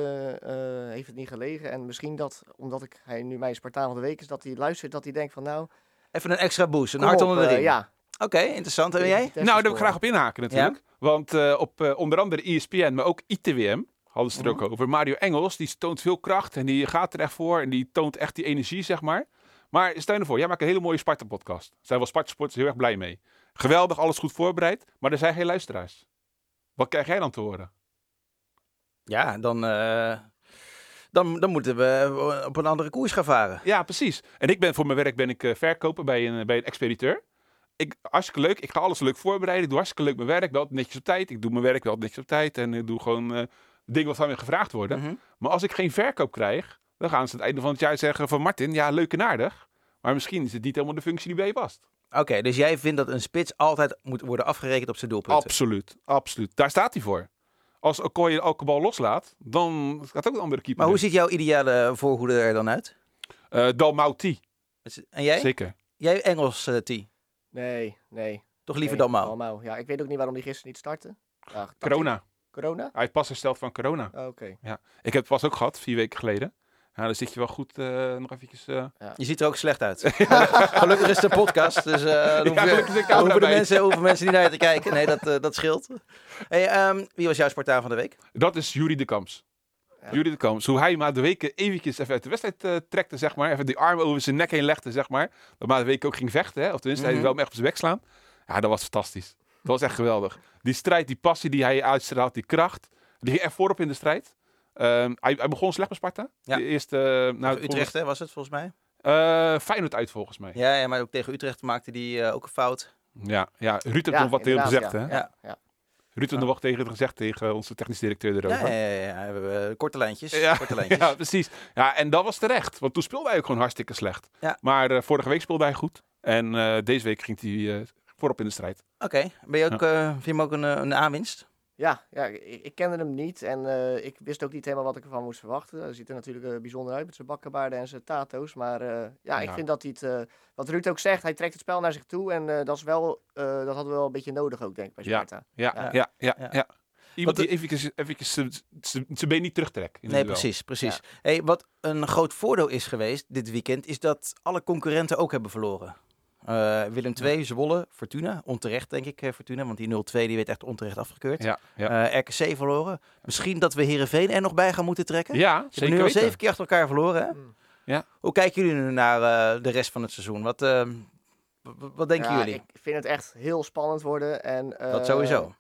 eh, heeft het niet gelegen. En misschien dat, omdat ik, hij nu mijn Spartaan van de week is, dat hij luistert, dat hij denkt van nou...
Even een extra boost, een
kom
hart
op,
onder de
eh,
riem.
ja.
Oké, interessant. En jij?
Vitesse
nou, daar wil ik
scoren.
E graag op inhaken natuurlijk. Want eh, op eh, onder andere ESPN, maar ook ITWM, Hadden ze het er
Mhm.
ook over. Mario Engels, die toont veel kracht en die gaat er echt voor. En die toont echt die energie, zeg maar. Maar stel je voor, jij maakt een hele mooie Sparta-podcast. Daar zijn wel Sparta-sporters heel erg blij mee. Geweldig, alles goed voorbereid. Maar er zijn geen luisteraars. Wat krijg jij dan te horen?
Ja, dan, eh, dan, dan moeten we eh, op een andere koers gaan varen.
Ja, precies. En ik ben voor mijn werk ben ik eh, verkoper bij een, bij een expediteur. Ik, hartstikke leuk. Ik ga alles leuk voorbereiden. Ik doe hartstikke leuk mijn werk. Wel netjes op tijd. Ik doe mijn werk wel netjes op tijd. En ik doe gewoon eh dingen wat van me gevraagd worden.
Mhm.
Maar als ik geen verkoop krijg, dan gaan ze aan het einde van het jaar zeggen van Martin, ja, leuk en aardig. Maar misschien is het niet helemaal de functie die bij je past.
Oké, dus jij vindt dat een spits altijd moet worden afgerekend op zijn doelpunten?
Absoluut, absoluut. Daar staat hij voor. Als Okoye elke bal loslaat, dan gaat ook een andere keeper.
maar hoe
in.
ziet jouw ideale voorhoede er dan uit?
Eh, Dalmauti,
En jij?
zeker.
Jij Engels, eh, T.
Nee, nee.
Toch liever
nee,
dan Mau?
Dalmau. Ja, ik weet ook niet waarom die gisteren niet startte. Ja, tactiek.
Corona.
Corona?
Hij heeft pas hersteld van corona.
Oh, Oké.
Ik heb het pas ook gehad, vier weken geleden. Ja, dan zit je wel goed eh, nog eventjes... eh,
Je ziet er ook slecht uit. Gelukkig- Gelukkig is de podcast, dus eh, dan hoeven-
gelukkig zit ik daar
dan hoeven, de
bij.
mensen, hoeven mensen niet naar je te kijken. Nee, dat, eh, dat scheelt. Hey, ehm, wie was jouw Spartaan van de week?
Dat is Jury de Kamps.
Ja.
Jury de Kamps. Hoe hij maar de weken eventjes even uit de wedstrijd eh, trekte, zeg maar. Even die armen over zijn nek heen legde, zeg maar. Dat maar de week ook ging vechten, hè. Of tenminste, hij
Mhm.
wel hem echt op zijn bek slaan. Ja, dat was fantastisch. Dat was echt geweldig. Die strijd, die passie die hij uitstraalt, die kracht. Die ging echt voorop in de strijd. Ehm, hij, hij begon slecht met Sparta.
Ja.
De eerste, eh, nou,
Utrecht hè, was het volgens mij.
volgens- eh, Feyenoord uit, volgens mij. Ja,
Ja, ja, maar ook tegen Utrecht maakte die eh, ook een fout.
ja. Ruud heeft
Ja,
nog wat tegen hem
inderdaad,
gezegd, hè.
ja.
Ruud
Ja.
heeft nog wat tegen hem gezegd, tegen onze technisch directeur erover.
Ja, ja, ja, ja, ja, we hebben eh, korte lijntjes.
Ja,
korte lijntjes.
Ja, precies. Ja, en dat was terecht. Want toen speelde hij ook gewoon hartstikke slecht.
Ja.
Maar eh, vorige week speelde hij goed. En eh, deze week ging hij eh, voorop in de strijd.
Oké, ben je ook, eh, vind je hem ook een, eh, een aanwinst?
Ja, ja ik, ik kende hem niet en eh, ik wist ook niet helemaal wat ik ervan moest verwachten. Hij ziet er natuurlijk eh, bijzonder uit met zijn bakkenbaarden en zijn tato's. Maar eh, ja, ik
Ja.
vind dat hij het, eh, wat Ruud ook zegt, hij trekt het spel naar zich toe. En eh, dat, is wel, eh, dat hadden we wel een beetje nodig ook, denk ik, bij
Ja.
Sparta.
Ja,
Ja.
ja, ja. ja,
Ja.
Iemand
Wat
die eventjes, eventjes zijn- zijn zijn been niet terugtrekt. in het
Nee,
duel.
precies, precies. Hey, wat een groot voordeel is geweest dit weekend, is dat alle concurrenten ook hebben verloren. Eh, Willem II, Zwolle, Fortuna. Onterecht, denk ik, eh, Fortuna. Want die 0-2 die werd echt onterecht afgekeurd.
Ja, ja.
Eh, RKC verloren. Misschien dat we Herenveen er nog bij gaan moeten trekken.
ja
Ze hebben
zeker
nu al
weten.
zeven keer achter elkaar verloren. Hè?
Mm.
Ja.
Hoe kijken jullie nu naar eh, de rest van het seizoen? Wat, eh, w- w- wat denken
Ja,
jullie?
Ik vind het echt heel spannend worden. En,
Dat
eh,
sowieso.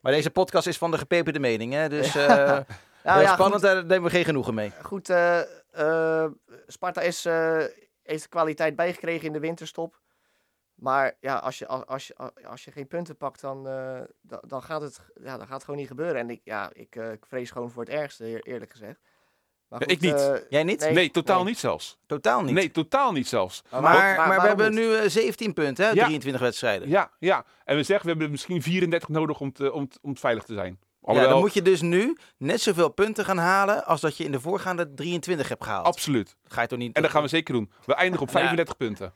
Maar deze podcast is van de gepeperde mening. Hè? Dus eh
Nou,
heel
ja,
spannend, daar nemen we geen genoegen mee.
Goed, eh, eh, Sparta is, eh, heeft kwaliteit bijgekregen in de winterstop. Maar ja, als je, als, als je, als je geen punten pakt, dan, eh, da- dan, gaat het, ja, dan gaat het gewoon niet gebeuren. En ik, ja, ik, eh, ik vrees gewoon voor het ergste, eer- eerlijk gezegd. Maar
Ja, ik niet.
eh,
Jij niet?
Nee,
Nee, totaal
nee.
niet zelfs.
Totaal niet.
Nee, totaal niet zelfs.
Maar,
waarom-
maar,
waar-
we
waarom
hebben
niet?
nu eh, 17 punten, hè? uit
Ja.
23 wedstrijden.
Ja, ja. En we zeggen, we hebben er misschien 34 nodig om, te, om, te- om veilig te zijn.
Ja,
Alhoewel-
dan moet je dus nu net zoveel punten gaan halen als dat je in de voorgaande 23 hebt gehaald.
Absoluut.
Ga je toch niet...
En dat gaan we zeker doen. We eindigen op
Ja.
35 punten.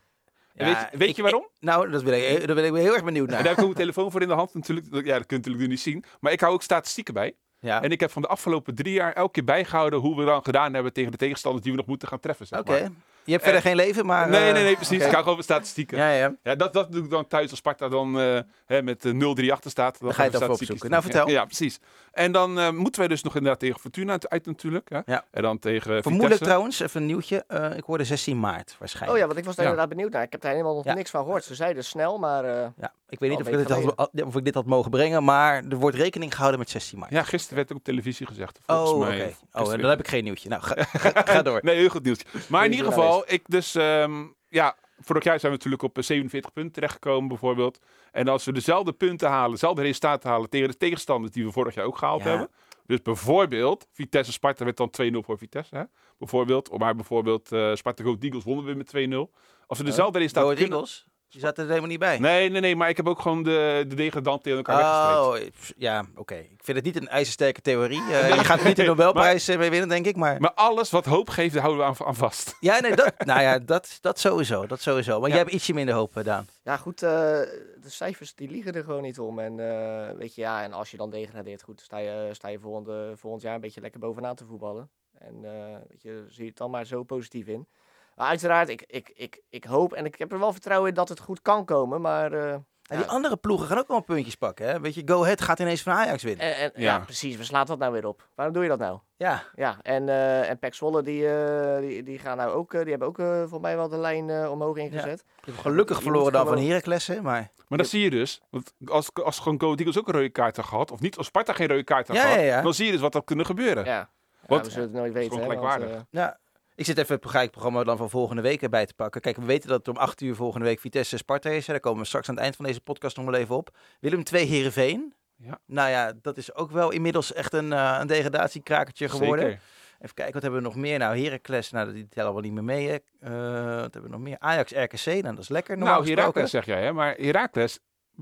En
Ja,
weet je, weet
ik-
je waarom?
Nou, dat ben ik, daar ben ik heel erg benieuwd
En
naar.
daar heb ik ook mijn telefoon voor in de hand natuurlijk. Dat- Ja, dat kun je natuurlijk nu niet zien. Maar ik hou ook statistieken bij.
Ja.
En ik heb van de afgelopen drie jaar elke keer bijgehouden hoe we dan gedaan hebben tegen de tegenstanders die we nog moeten gaan treffen. Zeg
Oké.
maar.
Je hebt verder geen leven, maar...
Nee,
eh,
nee, nee, precies.
oké.
Ik hou gewoon van statistieken. Ja.
Ja, ja.
dat, dat doe ik dan thuis als Sparta dan eh, hè, met eh, 0-3 achter staat. Dan,
ga je het
gaan we
even
statistieken
opzoeken. Nou,
doen.
vertel.
Ja, ja, precies. En dan eh, moeten wij dus nog inderdaad tegen Fortuna uit natuurlijk. Hè?
Ja.
En dan tegen eh,
Vermoedelijk
Vitesse.
trouwens, even een nieuwtje. eh, ik hoorde 16 maart
Oh
waarschijnlijk.
ja, want ik was daar
Ja.
inderdaad benieuwd naar. Ik heb daar helemaal nog
Ja.
niks van gehoord. Ze zeiden snel, maar eh,
Ja, ik weet niet
Al
of
een
ik, dit
week
had, of ik dit had mogen brengen, maar er wordt rekening gehouden met 16 maart.
Ja, gisteren werd ook op televisie gezegd. Volgens
oh, oké.
mij.
Oh,
Gisteren-
dan heb ik geen nieuwtje. Nou, ga, ga, ga door.
Nee, heel goed nieuws. Maar in
Goeie
ieder geval, ik dus, ehm, ja, vorig jaar zijn we natuurlijk op eh, 47 punten terechtgekomen bijvoorbeeld. En als we dezelfde punten halen, dezelfde resultaten halen tegen de tegenstanders die we vorig jaar ook gehaald
Ja.
hebben. Dus bijvoorbeeld, Vitesse Sparta werd dan 2-0 voor Vitesse. Hè? Bijvoorbeeld, maar bijvoorbeeld eh, Sparta Go Eagles wonnen we met 2-0. Als we dezelfde
Go
resultaten
Ahead
kunnen...
Oh, Eagles, je zat er helemaal niet bij.
Nee, nee, nee, maar ik heb ook gewoon de, de degradant tegen elkaar weggestreept.
Oh, pff, ja, oké. Ik vind het niet een ijzersterke theorie. Eh, je gaat er niet de Nobelprijs eh, mee winnen, denk ik. Maar
Maar alles wat hoop geeft, daar houden we aan, aan vast.
ja, nee, dat, nou ja, dat, dat sowieso. Dat sowieso. Maar
Ja.
jij hebt ietsje minder hoop, eh, Daan.
ja, goed, eh, de cijfers die liegen er gewoon niet om. En, eh, weet je, ja, en als je dan degradeert, goed, sta je, sta je volgende, volgend jaar een beetje lekker bovenaan te voetballen. En eh, weet je, zie het dan maar zo positief in. Maar uiteraard, ik, ik, ik, ik hoop en ik heb er wel vertrouwen in dat het goed kan komen. Maar eh,
die andere ploegen gaan ook wel puntjes pakken. Hè? Weet je, Go Ahead gaat ineens van Ajax winnen.
En, en-
Ja.
ja. precies. Waar slaat dat nou weer op? Waarom doe je dat nou?
Ja,
Ja, en, eh en Pek Zwolle, die, eh, die, die gaan nou ook, eh, die hebben ook eh, voor mij wel de lijn eh, omhoog ingezet.
gelukkig
Je
verloren
moet
dan van
gewoon-
Heracles, hè, maar...
Maar dat zie je dus. Want als, als gewoon Go Ahead Eagles ook een rode kaart had gehad, of niet, als Sparta geen rode kaart had
Ja,
gehad,
ja, ja.
dan zie je dus wat er kunnen gebeuren.
Ja, ja.
Wat-
we zullen het nooit weten.
gewoon
hè, want,
gelijkwaardig.
eh,
Ja, ik zit even het programma dan van volgende week erbij te pakken. Kijk, we weten dat het om 8 uur volgende week Vitesse Sparta is. hè. Daar komen we straks aan het eind van deze podcast nog wel even op. Willem 2 Heerenveen.
Ja.
Nou ja, dat is ook wel inmiddels echt een, eh, een degradatiekrakertje geworden.
Zeker.
Even kijken, wat hebben we nog meer? Nou, Heracles, nou, die tellen we niet meer mee. Hè. Eh, wat hebben we nog meer? Ajax RKC, nou, dat is lekker. Normaal
Nou,
gesproken.
Herakles zeg jij, hè? maar Herakles,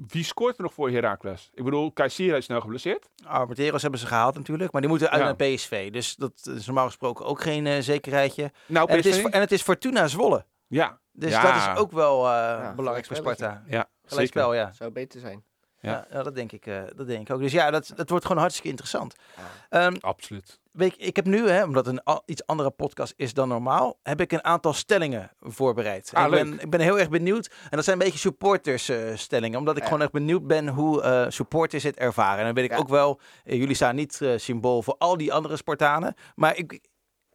wie scoort er nog voor Herakles? Ik bedoel, Kaysira is nou geblesseerd.
Albert Heros hebben ze gehaald natuurlijk, maar die moeten uit
Ja.
naar PSV. Dus dat is normaal gesproken ook geen eh, zekerheidje.
Nou,
En het, is,
PSV?
en het is Fortuna Zwolle.
Ja,
Dus
Ja.
dat is ook wel eh, belangrijk
gelijk
voor
spelletje.
Sparta.
ja
Gelijk
zeker.
spel, ja.
zou beter zijn.
Ja.
Ja. ja, dat, denk ik, eh, dat denk ik ook. Dus ja, dat, dat wordt gewoon hartstikke interessant. Ehm,
Absoluut.
weet ik, ik heb nu, hè, omdat het een al- iets andere podcast is dan normaal, heb ik een aantal stellingen voorbereid.
Ah,
ik, ben,
leuk.
ik ben heel erg benieuwd. En dat zijn een beetje supporters-stellingen, omdat ik
Ja.
gewoon echt benieuwd ben hoe eh, supporters het ervaren. En dan weet ik
Ja.
ook wel, eh, jullie staan niet eh, symbool voor al die andere Spartanen, maar ik,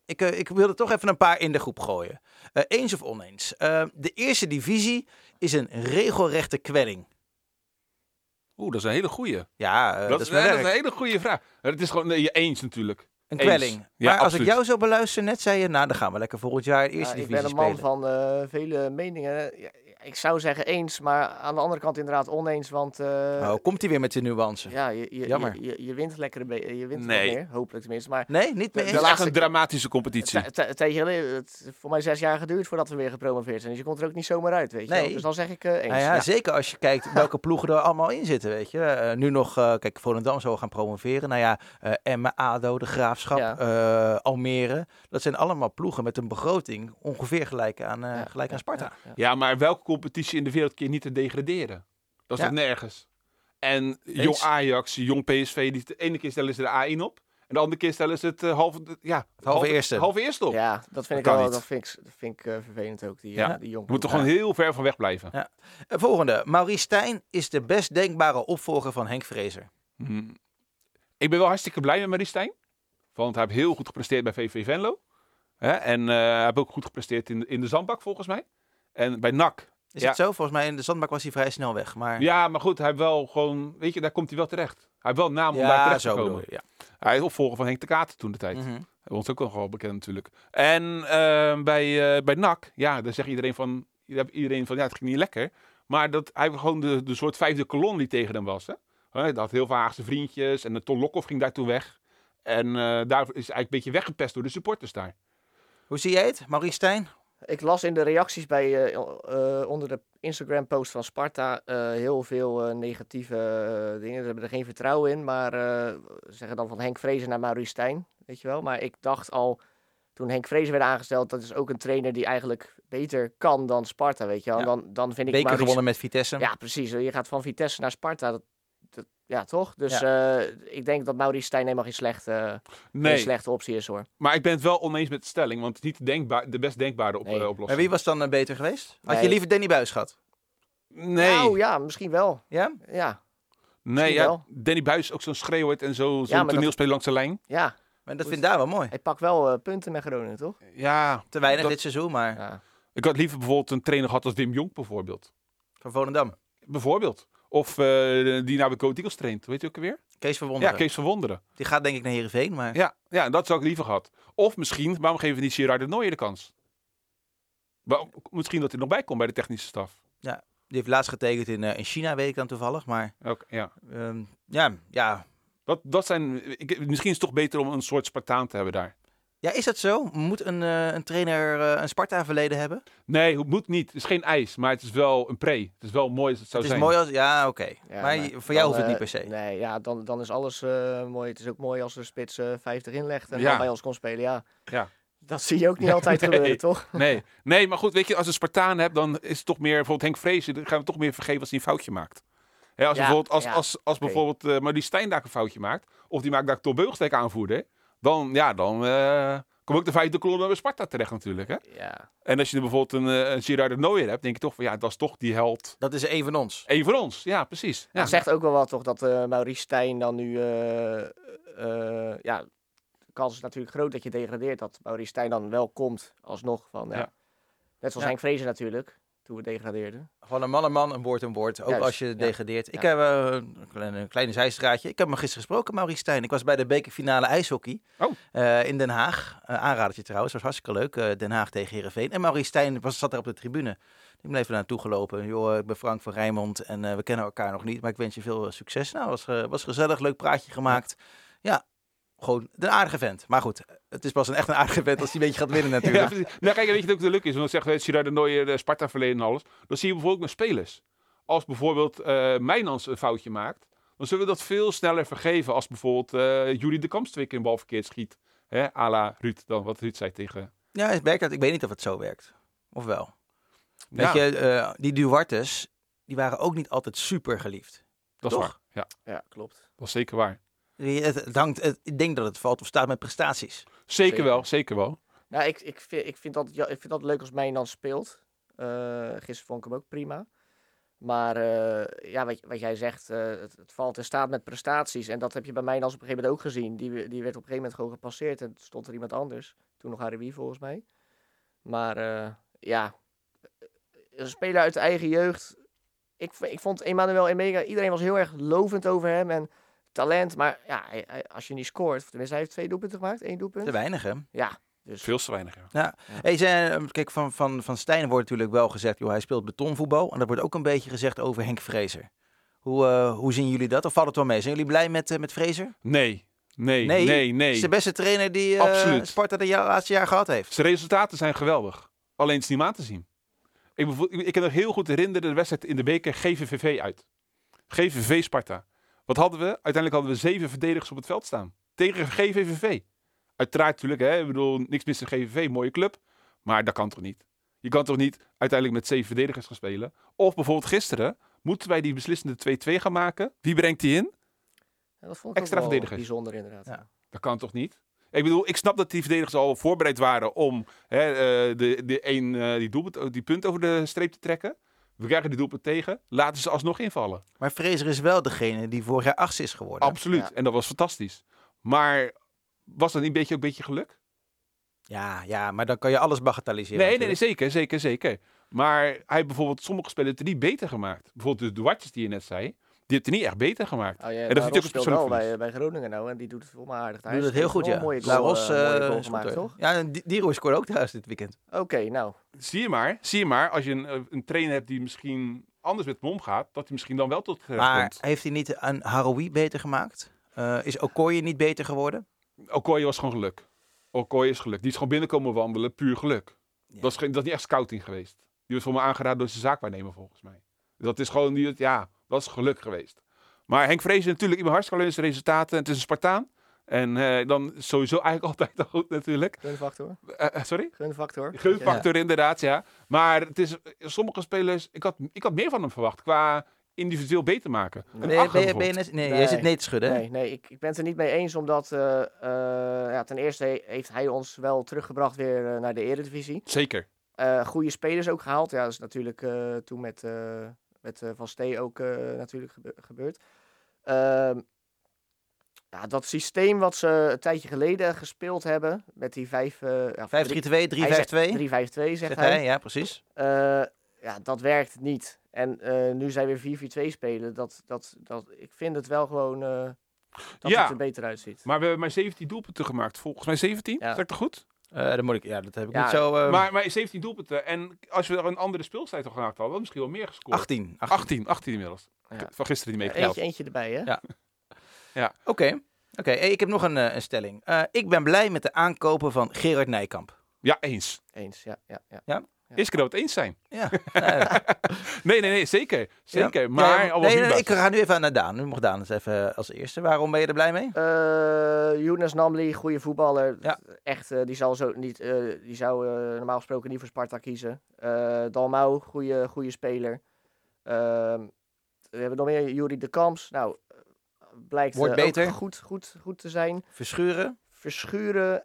ik, eh, ik wilde toch even een paar in de groep gooien. Eh, eens of oneens. Eh, de eerste divisie is een regelrechte kwelling.
Oeh, dat is een hele goeie.
Ja, eh,
dat,
dat,
is,
is mijn
dat
werk.
is een hele goede vraag. Het is gewoon nee, je eens natuurlijk.
Een
Eens.
kwelling.
Ja,
maar als ik
absoluut.
jou zo beluister, net zei je, nou dan gaan we lekker volgend jaar de eerste
Ja, ik
divisie
ben een man
spelen.
van eh, vele meningen. Ja, ik zou zeggen eens, maar aan de andere kant inderdaad oneens. Want eh,
Nou, komt hij weer met zijn nuance?
ja, je, je,
jammer.
je, je, je wint lekker een be- je wint
Nee.
wat meer, hopelijk tenminste. Maar
Nee, niet meer
Het
De
eens.
is echt
laatste-
een dramatische competitie.
het- het- het tijdje geleden, het heeft voor mij zes jaar geduurd voordat we weer gepromoveerd zijn. Dus je komt er ook niet zomaar uit, weet je. wel.
Nee.
Dus dan zeg ik eh, eens.
Nou ja,
Ja.
Zeker als je kijkt welke ploegen er allemaal in zitten, weet je. Eh, nu nog, eh kijk, Volendam zou gaan promoveren. Nou ja, eh Emmen, ADO, De Graafschap,
Ja.
eh, Almere. Dat zijn allemaal ploegen met een begroting ongeveer gelijk aan, eh,
Ja,
gelijk aan Sparta.
Ja, ja.
Ja, maar welke competitie in de wereld kun je niet te degraderen? Dat is
Ja.
toch nergens? En jong
Eens.
Ajax, jong PSV, die, de ene keer stellen ze de A1 op. En de andere keer stellen ze het eh, halve, ja, het
halve eerste.
halve eerste op. Je
Ja, dat vind ik
kan
wel,
niet.
dat vind ik, dat vind ik eh, vervelend ook, die,
Ja.
die jongen.
moet er gewoon heel ver van weg blijven.
Eh, volgende. Maurice Stijn is de best denkbare opvolger van Henk Vrezer.
Hmm. Ik ben wel hartstikke blij met Marie Stijn. Want hij heeft heel goed gepresteerd bij VV Venlo. Hè, en eh, hij heeft ook goed gepresteerd in, de- in de zandbak, volgens mij. En bij NAC.
Is
Ja.
het zo? Volgens mij in de zandbak was hij vrij snel weg. Maar...
Ja, maar goed, hij heeft wel gewoon... Weet je, daar komt hij wel terecht. Hij heeft wel naam om
Ja,
daar terecht
zo
te
bedoel
komen.
je, ja.
Hij is opvolger van Henk de Kater toen de tijd.
Mhm.
Dat was ook nog wel bekend natuurlijk. En ehm, bij, eh, bij NAC, ja, daar zegt iedereen van, daar heeft iedereen van, ja, het ging niet lekker. Maar dat hij gewoon de, de soort vijfde kolon die tegen hem was. Hè? Hij had heel veel Haagse vriendjes en de Ton Lokhoff ging daar toen weg. En eh, daar is hij eigenlijk een beetje weggepest door de supporters daar.
Hoe zie jij het, Maurice Stijn?
Ik las in de reacties bij, eh, eh, onder de Instagram-post van Sparta eh, heel veel eh, negatieve eh, dingen. Ze hebben er geen vertrouwen in, maar eh, zeggen dan van Henk Vrezen naar Maurice Stijn, weet je wel. Maar ik dacht al, toen Henk Vrezen werd aangesteld, dat is ook een trainer die eigenlijk beter kan dan Sparta, weet je wel. En
Ja.
Dan, dan vind ik
Beker
Maurice-
gewonnen met Vitesse.
Ja, precies. Je gaat van Vitesse naar Sparta, dat, dat- ja toch? Dus eh, ik denk dat Maurice Stijn helemaal geen slechte, geen
Nee,
slechte optie is, hoor.
maar ik ben het wel oneens met de stelling, want het is niet denkbaar, de best denkbare op,
Nee.
eh,
Maar
oplossing.
wie was dan eh, beter geweest? Had je
Nee.
liever Danny Buis gehad?
Nee,
Nou ja, misschien wel.
Ja?
Ja,
nee
misschien
ja,
wel.
Danny Buis ook zo'n schreeuwt en zo- zo'n
maar dat-
toneelspeler langs de lijn.
ja.
Maar dat vind ik daar wel mooi.
Hij pakt wel eh, punten met Groningen, toch?
Ja,
Te weinig
dat-
dit seizoen, maar
Ja.
ik had liever bijvoorbeeld een trainer gehad als Wim Jong bijvoorbeeld.
van Volendam.
Bijvoorbeeld. Of eh, die naar de Go Ahead Eagles traint. Weet je ook alweer?
Kees van
Ja,
Wonderen.
Kees van Wonderen.
Die gaat denk ik naar Heerenveen, maar...
Ja, ja, dat zou ik liever gehad. Of misschien, waarom geven we niet Gerard de Nooijer de kans? Waarom- misschien dat hij nog bij komt bij de technische staf.
Die heeft laatst getekend in, eh, in China, weet ik dan toevallig. Maar
Ook, ja.
ehm, ja, ja.
Dat, dat zijn, ik, misschien is het toch beter om een soort Spartaan te hebben daar.
ja, is dat zo? Moet een, eh, een trainer eh, een Sparta-verleden hebben?
Nee, het moet niet. Het is geen ijs, maar het is wel een pre. Het is wel mooi als het zou
het is
zijn.
mooi als... Ja, oké.
Ja,
maar
maar
je- voor jou
dan,
hoeft het niet
eh,
per se.
Nee, ja, dan, dan is alles eh, mooi. Het is ook mooi als de spits eh 50 inlegt en
Ja.
dan bij ons kon spelen, ja.
Ja.
Dat zie je ook niet altijd
Nee.
gebeuren, toch?
Nee. nee, maar goed, weet je, als een Spartaan hebt, dan is het toch meer, bijvoorbeeld Henk Vrezen, dan gaan we toch meer vergeven als hij een foutje maakt. Hè, als
Ja,
bijvoorbeeld, als,
ja,
als, als
oké.
bijvoorbeeld eh, Maurice Stijn daar een foutje maakt, of die maakt daar Tom Beugelsdijk aanvoerder, dan, ja, dan eh, Kom ook de vijfde kolonne bij Sparta terecht natuurlijk. Hè?
Ja.
En als je er bijvoorbeeld een, eh, een Gerard de Nooijer hebt, denk je toch van ja, dat is toch die held.
Dat is een van ons.
Eén van ons. Ja, precies. Ja.
Het zegt ook wel wat toch dat eh Maurice Stijn dan nu... eh, eh, ja, de kans is natuurlijk groot dat je degradeert. Dat Maurice Stijn dan wel komt alsnog. Van, ja.
Ja.
Net zoals
Ja.
Henk Vrezen natuurlijk, toen we degradeerden.
Van een man een man, een woord een woord. Ook
Juist,
als je
ja.
degradeert. Ik heb eh, een kleine, een kleine zijstraatje. Ik heb hem gisteren gesproken, Maurice Stijn. Ik was bij de bekerfinale ijshockey
Oh.
eh, in Den Haag. Eh, aanradertje trouwens, was hartstikke leuk. eh, Den Haag tegen Heerenveen. En Maurice Stijn was, zat daar op de tribune. Ik ben even naartoe gelopen. Joh, ik ben Frank van Rijnmond en eh, we kennen elkaar nog niet. Maar ik wens je veel eh, succes. Nou, was, eh, was gezellig. Leuk praatje gemaakt. Ja, gewoon een aardige vent. Maar goed, het is pas een echt een aardige vent als hij een beetje gaat winnen natuurlijk.
Ja, precies. nou, kijk, weet je wat ook de luk is? Want dan zegt eh, Gerard de Nooijer, eh, Sparta verleden en alles. Dan zie je bijvoorbeeld ook met spelers. Als bijvoorbeeld eh Mijnans een foutje maakt, dan zullen we dat veel sneller vergeven als bijvoorbeeld eh Jury de Kampstwik een bal verkeerd schiet. Hè, à la Ruud, dan wat Ruud zei tegen...
Ja, het werkt dat. Ik weet niet of het zo werkt. Of wel. Weet
Ja,
je, eh, die Duartes, die waren ook niet altijd super geliefd.
dat is
toch?
waar. Ja,
Ja, klopt.
dat is zeker waar.
Weet je, Het, het hangt, het- ik denk dat het valt of staat met prestaties.
Zeker,
Zeker.
wel, zeker wel.
Nou, ik, ik, vind, ik, vind dat, ja, ik vind dat leuk als mijn dan speelt. Eh gisteren vond ik hem ook prima. Maar eh, ja, wat, wat jij zegt, eh, het, het valt in staat met prestaties. En dat heb je bij mij dan op een gegeven moment ook gezien. Die, we- die werd op een gegeven moment gewoon gepasseerd en toen stond er iemand anders. Toen nog Harry volgens mij. Maar eh, ja, een speler uit de eigen jeugd. Ik, v- ik vond Emmanuel Emega, iedereen was heel erg lovend over hem en talent. Maar ja, hij- hij- als je niet scoort, tenminste hij heeft twee doelpunten gemaakt, één doelpunt.
Te weinig, hè?
Ja, dus
Veel te weinig. ja.
Hey, ze- eh, kijk, van, van, van Stijn wordt natuurlijk wel gezegd, joh, hij speelt betonvoetbal. En dat wordt ook een beetje gezegd over Henk Vrezer. Hoe, eh, hoe zien jullie dat? Of valt het wel mee? Zijn jullie blij met, eh, met Vrezer?
Nee, nee,
Nee?
nee, nee.
Is de beste trainer die eh,
Absoluut.
Sparta de ja- laatste jaar gehad heeft.
Zijn resultaten zijn geweldig. Alleen het is niet om aan te zien. Ik, bevo- ik ik kan nog heel goed herinneren de wedstrijd in de beker GVVV uit. GVV Sparta. Wat hadden we? Uiteindelijk hadden we zeven verdedigers op het veld staan. Tegen GVVV. Uiteraard natuurlijk, hè. Ik bedoel, niks mis met GVV, mooie club. Maar dat kan toch niet? Je kan toch niet uiteindelijk met zeven verdedigers gaan spelen? Of bijvoorbeeld gisteren, moeten wij die beslissende 2-2 gaan maken? Wie brengt die in?
Ja, dat vond ik
Extra
ook wel
verdedigers.
bijzonder inderdaad.
Ja.
Dat kan toch niet? Ik bedoel, ik snap dat die verdedigers al voorbereid waren om hè, eh, de, de een, eh, die, doelpunt, die punt over de streep te trekken. We krijgen die doelpunt tegen, laten ze alsnog invallen.
Maar Vrezer is wel degene die vorig jaar achtste is geworden.
Absoluut.
Ja.
En dat was fantastisch. Maar was dat niet een beetje, ook een beetje geluk?
Ja, ja, maar dan kan je alles bagatelliseren.
nee, nee,
natuurlijk.
zeker, zeker, zeker. Maar hij heeft bijvoorbeeld sommige spelers er niet beter gemaakt. Bijvoorbeeld de Duartes die je net zei, die heeft er niet echt beter gemaakt.
Oh, ja,
En dat vind ik ook
Laros
een
speelt
persoonlijk
wel bij,
verlies.
bij Groningen nou en die doet het voor me aardig. Hij
Doet het
heeft
heel goed,
wel
ja.
een Mooie goal,
Laros
eh, mooie
eh,
goal
is goed,
gemaakt,
hoor.
toch?
Ja, en Di- Diro scoorde ook thuis dit weekend.
Oké, nou.
Zie je maar, zie je maar, als je een, eh, een trainer hebt die misschien anders met hem omgaat, dat hij misschien dan wel tot eh, het recht
Maar
komt.
heeft hij niet een Haroui beter gemaakt? Eh, is Okoye niet beter geworden?
Okoye was gewoon geluk. Okoye is geluk. Die is gewoon binnenkomen wandelen, puur geluk.
Ja.
Dat, is, geen- dat is niet echt scouting geweest. Die was voor me aangeraden door zijn zaakwaarnemer, volgens mij. Dat is gewoon niet, het- ja, dat is geluk geweest. Maar Henk Vrees is natuurlijk iemand hartstikke alleen zijn resultaten. Het is een Spartaan. En eh, dan is sowieso eigenlijk altijd goed, natuurlijk.
Gunfactor.
Eh, eh, sorry?
Gunfactor.
Gunfactor, inderdaad, ja. Maar het is, sommige spelers, ik had, ik had meer van hem verwacht qua individueel beter maken. Een
Ben
Nee,
achter
ben je, ben je
bijvoorbeeld.
net- nee,
Nee.
jij zit nee te schudden. hè?
Nee, nee ik, ik ben het er niet mee eens, omdat eh, eh, ja, ten eerste he- heeft hij ons wel teruggebracht weer eh, naar de Eredivisie.
Zeker.
Eh goede spelers ook gehaald. Ja, dat is natuurlijk eh, toen met, eh, met eh, Van Stee ook eh, natuurlijk gebe- gebeurd. Ehm, ja, dat systeem wat ze een tijdje geleden gespeeld hebben, met die vijf... eh ja,
5-3-2, 3-5-2.
3-5-2 zegt hij.
Zegt hij, ja, precies.
Eh, ja, dat werkt niet. En eh, nu zij weer 4-4-2 spelen, dat, dat, dat, ik vind het wel gewoon eh, dat
Ja.
het er beter uitziet.
Maar we hebben maar 17 doelpunten gemaakt. Volgens mij 17,
Ja.
zeg ik dat goed?
Eh, dan moet ik, ja, dat heb ik
Ja,
niet zo. eh,
Maar, maar 17 doelpunten. eh, En als we er een andere speelstijd al gemaakt hadden, hadden we misschien wel meer gescoord.
18. 18.
18, 18 inmiddels.
Ja.
Van gisteren die
Ja,
meegeteld.
eentje, eentje erbij, hè?
Ja. Oké. Oké, hey, ik heb nog een, eh, een stelling. Eh, ik ben blij met de aankopen van Gerard Nijkamp.
Ja, eens.
Eens, ja. ja, ja. Ja.
Is kunnen we het eens zijn.
Ja, eh,
Nee, nee, nee, zeker. Zeker.
ja.
Maar
Nee,
al was
nee,
het
nee,
niet
ik ga nu even naar Daan. Nu mag Daan eens even als eerste. Waarom ben je er blij mee?
Eh, Younes Namli, goede voetballer.
Ja.
Echt, eh, die, zal zo niet, eh, die zou eh, normaal gesproken niet voor Sparta kiezen. Eh Dalmau, goede, goede speler. Ehm, we hebben nog meer Juri de Kamps. Nou, eh, blijkt
Wordt
eh, ook
beter.
goed, goed, goed te zijn.
Verschuren.
Verschuren.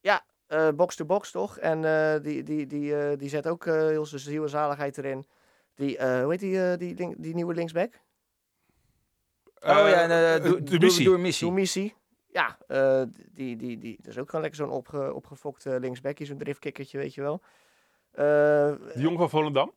Ja, eh, box-to-box, toch? En eh, die, die, die, eh, die zet ook eh, heel zijn ziel en zaligheid erin. Die, eh, hoe heet die, eh, die, link- die nieuwe linksback?
oh ja, en, eh,
Eh,
doe-
de
doe-
missie.
doe een missie.
Toemissie. Ja, eh, die, die, die, dat is ook gewoon lekker zo'n opge, opgefokt eh, linksbackie, zo'n driftkikkertje, weet je wel. Eh
De jongen van Volendam.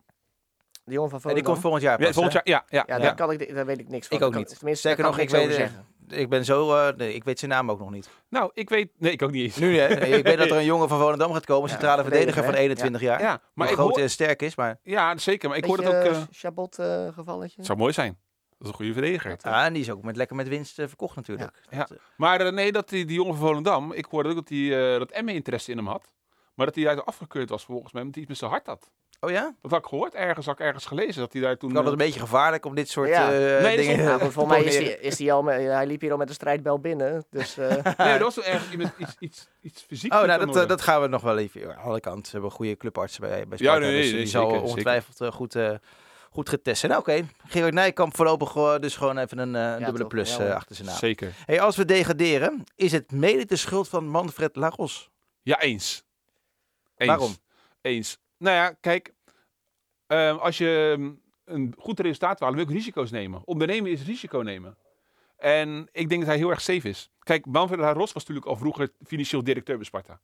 die jongen van
En die
Volendam.
komt volgend jaar
Ja,
pas,
volgend
hè?
jaar. Ja, ja,
Ja,
ja.
daar, Kan ik, daar weet ik niks van.
Ik ook
Kan-
niet.
Tenminste,
Sterker
daar
nog,
kan
ik
niks
weet,
over
eh,
zeggen.
ik ben zo, eh, nee, ik weet zijn naam ook nog niet.
Nou, ik weet... Nee, ik ook niet eens.
Nu hè? Ik weet dat er een jongen van Volendam gaat komen, centrale verdediger van
verdediger, hè?
21 jaar.
Ja, maar
maar
ik
groot
hoor-
en sterk is, maar
Ja, zeker. Maar ik hoor dat
Beetje,
ook...
eh,
eh,
Chabot eh, gevalletje.
het zou mooi zijn. Dat is een goede verdediger.
ah, en die is ook met, lekker met winst eh, verkocht natuurlijk.
Ja. Maar eh, nee, dat die, die jongen van Volendam... Ik hoorde ook dat, die, eh, dat Emme interesse in hem had. Maar dat hij daar afgekeurd was volgens mij. Omdat hij iets met zijn hart had.
Oh ja?
Dat had ik gehoord. Ergens had ik ergens gelezen. Dat hij daar toen...
Ik had het
eh,
een beetje gevaarlijk om dit soort
Ja.
eh,
dat is
dingen
Ja, maar
te
volgens mij is
poneren.
die, is die al met, hij liep hier al met een strijdbel binnen. Dus eh,
Nee, dat was toen ergens iemand- iets, iets, iets fysiek.
Ah. Oh,
niet
nou,
aan
dat, eh,
de orde.
dat gaan we nog wel even. Aan de andere kant, ze hebben goede clubartsen bij, bij
Ja,
Sparta.
nee, nee,
dus
nee,
die zal
zeker,
ongetwijfeld eh, goed, eh, goed getest zijn. Nou, Oké, Gerard Nijkamp voorlopig eh, dus gewoon even een, eh, een
Ja,
dubbele
toch,
plus
ja, hoor.
eh, achter zijn naam.
Zeker.
Hey, als we degraderen, is het mede de schuld van Manfred Lagos.
Ja, eens. eens.
Waarom?
Eens. Nou ja, kijk. ehm, als je ehm, een goed resultaat wil halen, wil je ook risico's nemen. Ondernemen is risico nemen. En ik denk dat hij heel erg safe is. Kijk, Manfred Ros was natuurlijk al vroeger financieel directeur bij Sparta.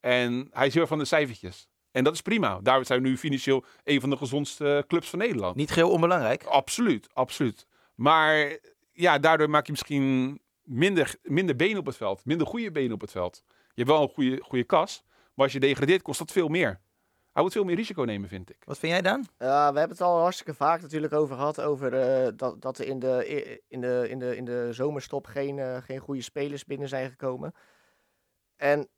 En hij is heel erg van de cijfertjes. En dat is prima. Daar zijn we nu financieel een van de gezondste eh, clubs van Nederland.
Niet geheel onbelangrijk.
Absoluut, absoluut. Maar ja, daardoor maak je misschien minder, minder benen op het veld. Minder goede benen op het veld. Je hebt wel een goede, goede kas. Maar als je degradeert, kost dat veel meer. Hij moet veel meer risico nemen, vind ik.
Wat vind jij dan?
ja, Eh, we hebben het al hartstikke vaak natuurlijk over gehad. Over eh, dat, dat er in de, in de, in de, in de zomerstop geen, eh, geen goede spelers binnen zijn gekomen. En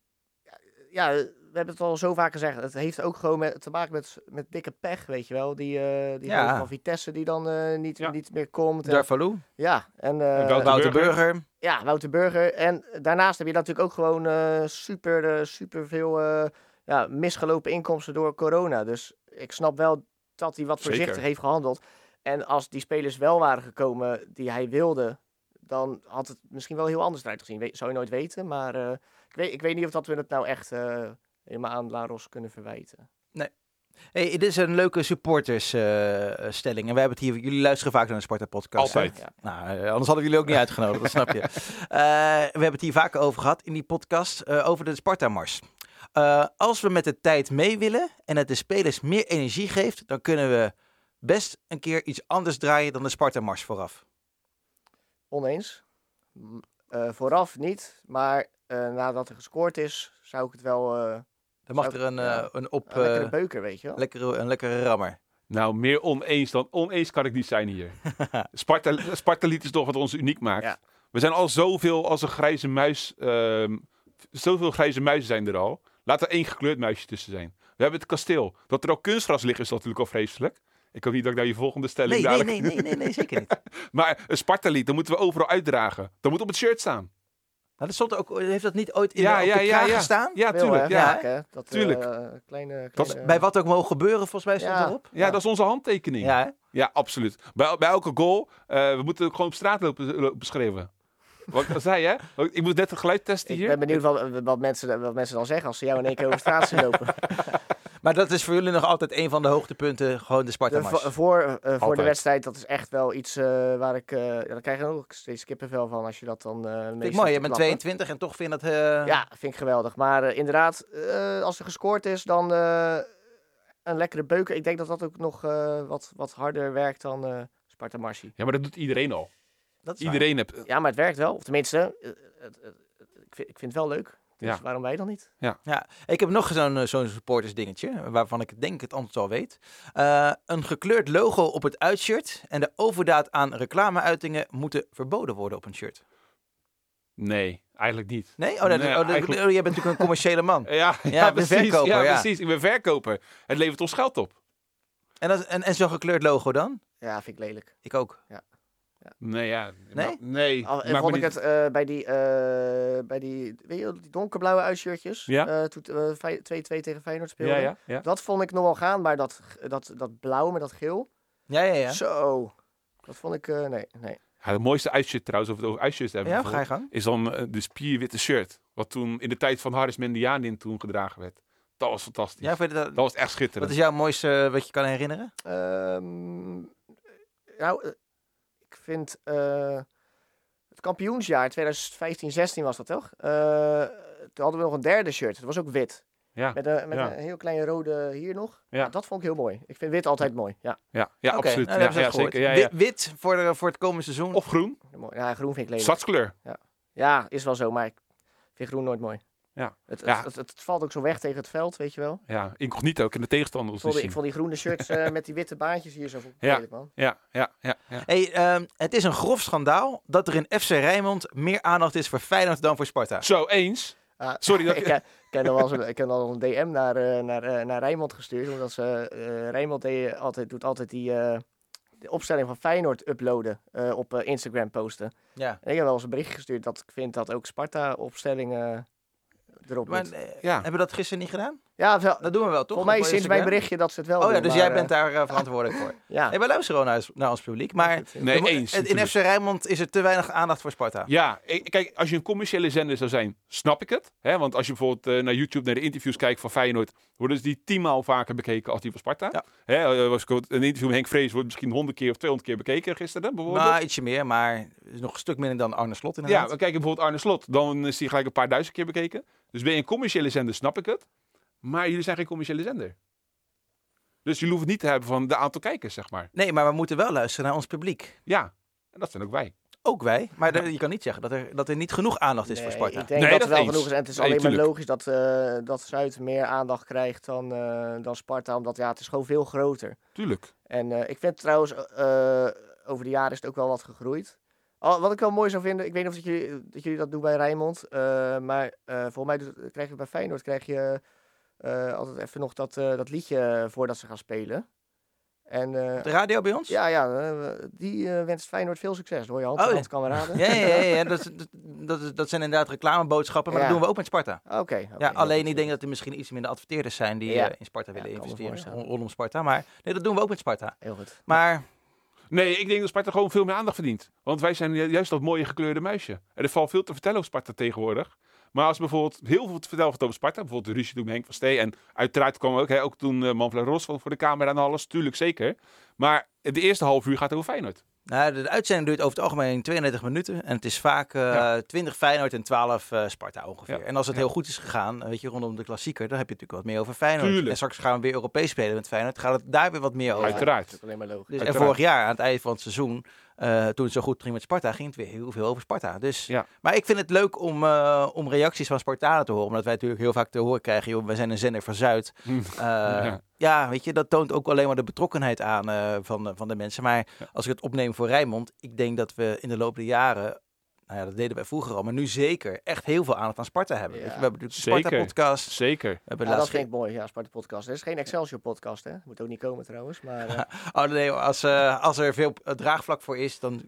ja, we hebben het al zo vaak gezegd. Het heeft ook gewoon met, te maken met, met dikke pech, weet je wel. Die, eh die
Ja.
gozer van Vitesse die dan eh, niet,
Ja.
niet meer komt. En-
Darvalou,
ja, en... eh,
En Wouter
Wouter
Burger.
Burger.
Ja, Wouter Burger. En daarnaast heb je natuurlijk ook gewoon eh, super, eh, super veel eh, ja, misgelopen inkomsten door corona. Dus ik snap wel dat hij wat
Zeker.
voorzichtig heeft gehandeld. En als die spelers wel waren gekomen die hij wilde, dan had het misschien wel heel anders eruit gezien. Weet- zou je nooit weten. Maar eh, ik, weet, ik weet niet of dat we het nou echt eh, helemaal aan Laros kunnen verwijten.
Hey, dit is een leuke supportersstelling. eh, en we hebben het hier, jullie luisteren vaak naar de Sparta-podcast. hè?
Altijd.
Ja.
Nou, eh, anders hadden we jullie ook niet uitgenodigd, dat snap je. Eh, we hebben het hier vaker over gehad in die podcast eh, over de Sparta-mars. Eh, als we met de tijd mee willen en het de spelers meer energie geeft, dan kunnen we best een keer iets anders draaien dan de Sparta-mars vooraf.
Oneens. M- eh, vooraf niet, maar eh, nadat er gescoord is, zou ik het wel eh,
Dan mag
Zou-
er een,
ja.
eh, een op...
een lekkere
eh,
beuker, weet je wel.
lekkere, een lekkere rammer.
Nou, meer oneens dan oneens kan ik niet zijn hier. Sparta, Spartaliet is toch wat ons uniek maakt.
Ja.
We zijn al zoveel als een grijze muis. ehm, zoveel grijze muizen zijn er al. Laat er één gekleurd muisje tussen zijn. We hebben het kasteel. Dat er al kunstgras ligt is natuurlijk al vreselijk. Ik hoop niet dat ik naar je volgende stelling
Nee, nee,
dadelijk...
nee, nee, nee, nee, zeker niet.
Maar een Sparta-lied, dat moeten we overal uitdragen. Dat moet op het shirt staan.
Nou, dat stond ook, heeft dat niet ooit in
ja,
de, op
ja,
de
ja,
kraag
ja.
gestaan?
Ja,
Veel,
tuurlijk.
hè,
Ja.
vaak, hè? Dat,
Tuurlijk.
eh, kleine, kleine,
Dat-
Bij wat ook mogen gebeuren, volgens mij stond
Ja.
erop.
ja, dat is onze handtekening. Ja,
Ja, hè?
absoluut. Bij, bij elke goal, eh, we moeten ook gewoon op straat lopen, eh, lopen schreeuwen. Wat ik al zei, hè? Want Ik moet net een geluid testen
eh, Ik
hier.
ben benieuwd wat, wat, mensen, eh, wat mensen dan zeggen als ze jou in één keer over straat zien lopen.
Maar dat is voor jullie nog altijd een van de hoogtepunten, gewoon de
De,
Sparta-mars.
vo- voor eh, voor de
Altijd.
wedstrijd, dat is echt wel iets eh, waar ik... eh ja, daar krijg je ook steeds kippenvel van als je dat dan eh
Vind ik
meestal
mooi, je bent 22 en toch vind dat... eh,
Ja, vind ik geweldig. Maar eh, inderdaad, eh, als er gescoord is, dan eh, een lekkere beuker. Ik denk dat dat ook nog eh, wat, wat harder werkt dan eh Sparta Marsi.
Ja, maar dat doet iedereen al.
dat is waar.
Iedereen hebt...
Ja, maar het werkt wel. Of tenminste, eh, het- het- ik, vind, ik vind het wel leuk. Dus
Ja.
waarom wij dan niet?
Ja. Ik heb nog zo'n eh, zo'n supportersdingetje, waarvan ik denk het antwoord al weet. Eh, een gekleurd logo op het uitshirt en de overdaad aan reclameuitingen moeten verboden worden op een shirt.
Nee, eigenlijk niet.
Nee? Oh, dat,
Nee,
oh, dat-
eigenlijk-
oh, jij bent natuurlijk een commerciële man.
Ja, ja,
ik ben
precies.
verkoper,
ja,
ja.
precies. Ik ben verkoper. Het levert ons geld op.
En, dat- en, en zo'n gekleurd logo dan?
Ja, vind ik lelijk.
Ik ook.
Nee, ja.
Nee?
ma- nee.
Al,
maakt
en
me
vond ik
niet-
het eh, bij die, eh, bij die, weet je, wel, die donkerblauwe uitshirtjes.
Ja.
eh, toen eh, Fey- 2-2 tegen Feyenoord speelde.
Ja, ja, ja.
Dat vond ik nog wel gaan, maar dat, dat, dat blauw met dat geel.
Ja, ja, ja.
Zo. Dat vond ik, eh, nee, nee.
Ja, het mooiste ijsshirt trouwens, of we het over ijsshirts hebben,
Ja, ga je
bijvoorbeeld,
gang.
is dan eh, de spierwitte shirt. Wat toen in de tijd van Harris Mendianin toen gedragen werd. Dat was fantastisch.
Ja, vind je dat,
Dat was echt
wat
schitterend.
is jouw mooiste eh, wat je kan herinneren?
Ehm, nou, eh, ik vind eh, het kampioensjaar 2015-16 was dat toch? Eh, toen hadden we nog een derde shirt. Dat was ook wit.
Ja,
Met, een, met
ja.
een heel kleine rode hier nog.
Ja.
Dat vond ik heel mooi. Ik vind wit altijd mooi. Ja,
ja, ja
Oké,
absoluut.
nou, dat hebben
ja,
ze
ja,
even gehoord.
zeker. Ja, ja.
Wit, wit voor, de, voor het komende seizoen.
Of groen,
mooi. ja groen vind ik lelijk.
stadskleur.
Ja, is wel zo, maar ik vind groen nooit mooi.
Ja.
Het, het,
Ja.
Het, het valt ook zo weg tegen het veld, weet je wel.
Ja, incognito ook in de tegenstander
Ik
ons
vond,
niet
die,
zien.
ik vond die groene shirts eh, met die witte baantjes hier zo
Ja.
lelijk, man.
Ja, ja, ja, ja.
Hey, ehm, het is een grof schandaal dat er in FC Rijnmond meer aandacht is voor Feyenoord dan voor Sparta.
Zo, eens.
Ah,
Sorry dat
ik,
ik...
eh, ik heb nog wel eens een- ik heb al een DM naar, eh, naar, eh, naar Rijnmond gestuurd. Omdat ze, eh, Rijnmond deed altijd, doet altijd die eh, de opstelling van Feyenoord uploaden. eh, op eh, Instagram posten.
Ja.
En ik heb wel eens een bericht gestuurd dat ik vind dat ook Sparta opstellingen erop
Maar
moet.
eh,
Ja.
hebben we dat gisteren niet gedaan?
Ja, wel,
Dat doen we wel, toch?
volgens mij
Op
is sinds
Instagram?
mijn berichtje dat ze het wel
Oh ja,
doen,
dus
maar,
jij
eh,
bent daar eh, verantwoordelijk voor.
ja.
Nee, wij luisteren wel naar, naar ons publiek, maar
Nee, eens.
het- in
natuurlijk.
FC Rijnmond is er te weinig aandacht voor Sparta.
Ja, ik- kijk, als je een commerciële zender zou zijn, snap ik het. Hè? Want als je bijvoorbeeld eh, naar YouTube naar de interviews kijkt van Feyenoord, worden ze die tienmaal vaker bekeken als die van Sparta.
Ja.
Hè, eh, was ik ook- een interview met Henk Vrees wordt misschien 100 keer of 200 keer bekeken gisteren, bijvoorbeeld.
Nou, ietsje meer, maar het is nog een stuk minder dan Arne Slot
ja,
inderdaad.
we kijken bijvoorbeeld Arne Slot, dan is die gelijk een paar duizend keer bekeken. Dus ben je een commerciële zender, snap ik het. Maar jullie zijn geen commerciële zender. Dus jullie hoeven het niet te hebben van de aantal kijkers, zeg maar.
Nee, maar we moeten wel luisteren naar ons publiek.
Ja, en dat zijn ook wij.
Ook wij. Maar er- je kan niet zeggen dat er, dat er niet genoeg aandacht is voor
Nee,
Sparta.
Ik denk
Nee,
dat,
dat
er wel
eens.
genoeg is. En het is
Nee,
alleen maar
tuurlijk.
logisch dat, eh, dat Zuid meer aandacht krijgt dan, eh, dan Sparta. Omdat ja, het is gewoon veel groter.
Tuurlijk.
En eh, ik vind trouwens, eh, over de jaren is het ook wel wat gegroeid. Al- wat ik wel mooi zou vinden, ik weet niet of dat jullie dat, jullie dat doen bij Rijnmond. eh, maar eh, volgens mij doet- krijg je bij Feyenoord krijg je eh, altijd even nog dat, eh, dat liedje voordat ze gaan spelen. En eh,
De radio bij ons?
ja, ja eh, die eh, wenst Feyenoord veel succes. Dat hoor je hand
Oh,
oh,
ja.
hand, kameraden.
Ja, ja, ja, ja, Dat, is- dat, dat, is- dat zijn inderdaad reclameboodschappen, maar
Ja.
dat doen we ook met Sparta.
Oké. oké,
Ja,
heel
alleen
goed.
ik denk dat er misschien iets minder adverteerders zijn die
Ja.
eh, in Sparta willen
kan me
investeren,
voorstellen.
rond- rondom Sparta. Maar nee, dat doen we ook met Sparta.
Heel goed.
Maar
Nee, ik denk dat Sparta gewoon veel meer aandacht verdient. Want wij zijn ju- juist dat mooie gekleurde muisje. En er valt veel te vertellen over Sparta tegenwoordig. Maar als er bijvoorbeeld heel veel te vertellen valt over Sparta, bijvoorbeeld de ruzie toen met Henk van Stee. En uiteraard kwam ook, hè, ook toen eh Manfred Ros van voor de camera en alles, tuurlijk zeker. Maar de eerste half uur gaat over Feyenoord.
nou, de, de uitzending duurt over het algemeen 32 minuten en het is vaak eh,
Ja.
20 Feyenoord en 12 eh, Sparta ongeveer.
Ja.
En als het
Ja.
heel goed is gegaan, eh, weet je, rondom de klassieker, dan heb je natuurlijk wat meer over Feyenoord.
Tuurlijk.
En straks gaan we weer Europees spelen met Feyenoord, gaat het daar weer wat meer over.
Dat
Uiteraard.
is alleen maar logisch.
Dus, en
Uiteraard.
vorig jaar, aan het eind van het seizoen, eh, toen het zo goed ging met Sparta, ging het weer heel veel over Sparta. Dus,
Ja.
Maar ik vind het leuk om, eh, om reacties van Spartanen te horen. Omdat wij natuurlijk heel vaak te horen krijgen, joh, wij zijn een zender van Zuid.
Hm.
Eh, ja. weet je, dat toont ook alleen maar de betrokkenheid aan eh, van, de- van de mensen. Maar als ik het opneem voor Rijnmond, ik denk dat we in de loop der jaren... Nou ja, dat deden wij vroeger al, maar nu zeker echt heel veel aandacht aan Sparta hebben.
Ja.
Weet je, we hebben natuurlijk
Zeker.
de Sparta-podcast. We
Zeker.
hebben
ja, dat
laatst
vind ik mooi, ja, Sparta Podcast. Er is geen Excelsior Podcast, hè? Moet ook niet komen trouwens. Maar eh,
Oh nee, hoor. als, eh, als er veel eh, draagvlak voor is, dan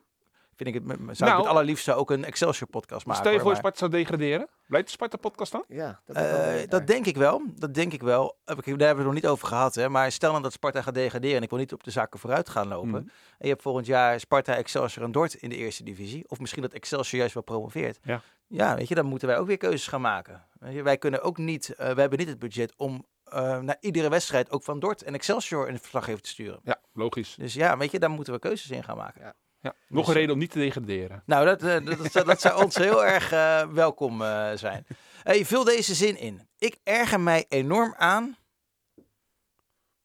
vind ik het, me- me- zou ik
Nou.
het allerliefste ook een Excelsior-podcast maken.
Stel je voor
hoor,
dat Sparta zou degraderen? Blijft de Sparta-podcast dan?
ja, dat,
maar-
is wel
Eh,
leuk daar.
dat denk ik wel. Dat denk ik wel. Heb ik- Daar hebben we het nog niet over gehad. Hè? Maar stel nou dat Sparta gaat degraderen. En ik wil niet op de zaken vooruit gaan lopen.
Mhm.
En je hebt volgend jaar Sparta, Excelsior en Dort in de eerste divisie. Of misschien dat Excelsior juist wel promoveert.
Ja.
ja, weet je, dan moeten wij ook weer keuzes gaan maken. Weet je, Wij kunnen ook niet, eh, we hebben niet het budget om eh, naar iedere wedstrijd ook van Dort en Excelsior een verslaggever te sturen.
Ja, logisch.
Dus ja, weet je, daar moeten we keuzes in gaan maken.
Ja. dus- Nog een reden om niet te degraderen.
Nou, dat, eh, dat, dat, zou- dat zou ons heel erg eh, welkom eh, zijn. Hey, vul deze zin in. Ik erger mij enorm aan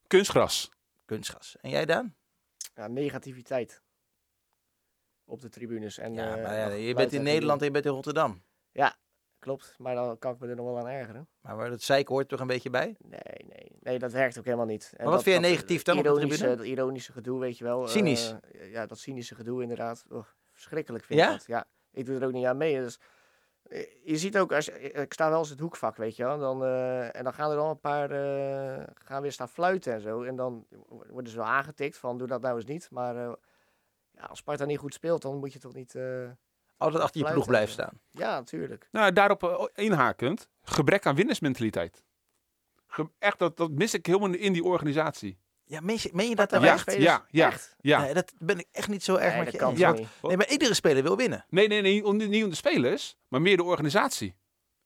Kunstgras.
kunstgas. En jij dan?
Ja, negativiteit. Op de tribunes. En,
Ja,
eh,
maar ja,
dat
je
geluid
bent in
en
Nederland en
gedoe.
je bent in Rotterdam.
Klopt, maar dan kan ik me er nog wel aan ergeren.
Maar waar dat zeik hoort toch een beetje bij?
Nee, nee, nee, dat werkt ook helemaal niet. En
Maar wat vind je
dat- eh,
negatief dan op de
ironische,
tribune?
Dat ironische gedoe, weet je wel. eh,
Cynisch.
ja, dat cynische gedoe inderdaad. Oh, verschrikkelijk vind ik
Ja?
dat. Ja, ik doe er ook niet aan mee. Dus, eh, je ziet ook, als, ik sta wel eens in het hoekvak, weet je wel. Dan, eh, en dan gaan er al een paar eh, gaan weer staan fluiten en zo. En dan worden ze wel aangetikt van, doe dat nou eens niet. Maar eh, ja, als Sparta niet goed speelt, dan moet je toch niet... eh,
Altijd achter je ploeg
Fluiten.
blijven staan.
Ja, natuurlijk.
Nou, daarop eh, inhakend, gebrek aan winnersmentaliteit. Ge- echt, dat, dat mis ik helemaal in die organisatie.
Ja, meen je, meen je dat dan
Ja,
Ja,
echt?
ja, ja,
Echt?
ja.
Nee, dat ben ik echt niet zo erg
Nee,
met
dat
je
kan
eens.
toch
Ja.
niet?
Nee, maar iedere speler wil winnen.
Nee, nee, nee. Om, niet om de spelers, maar meer de organisatie.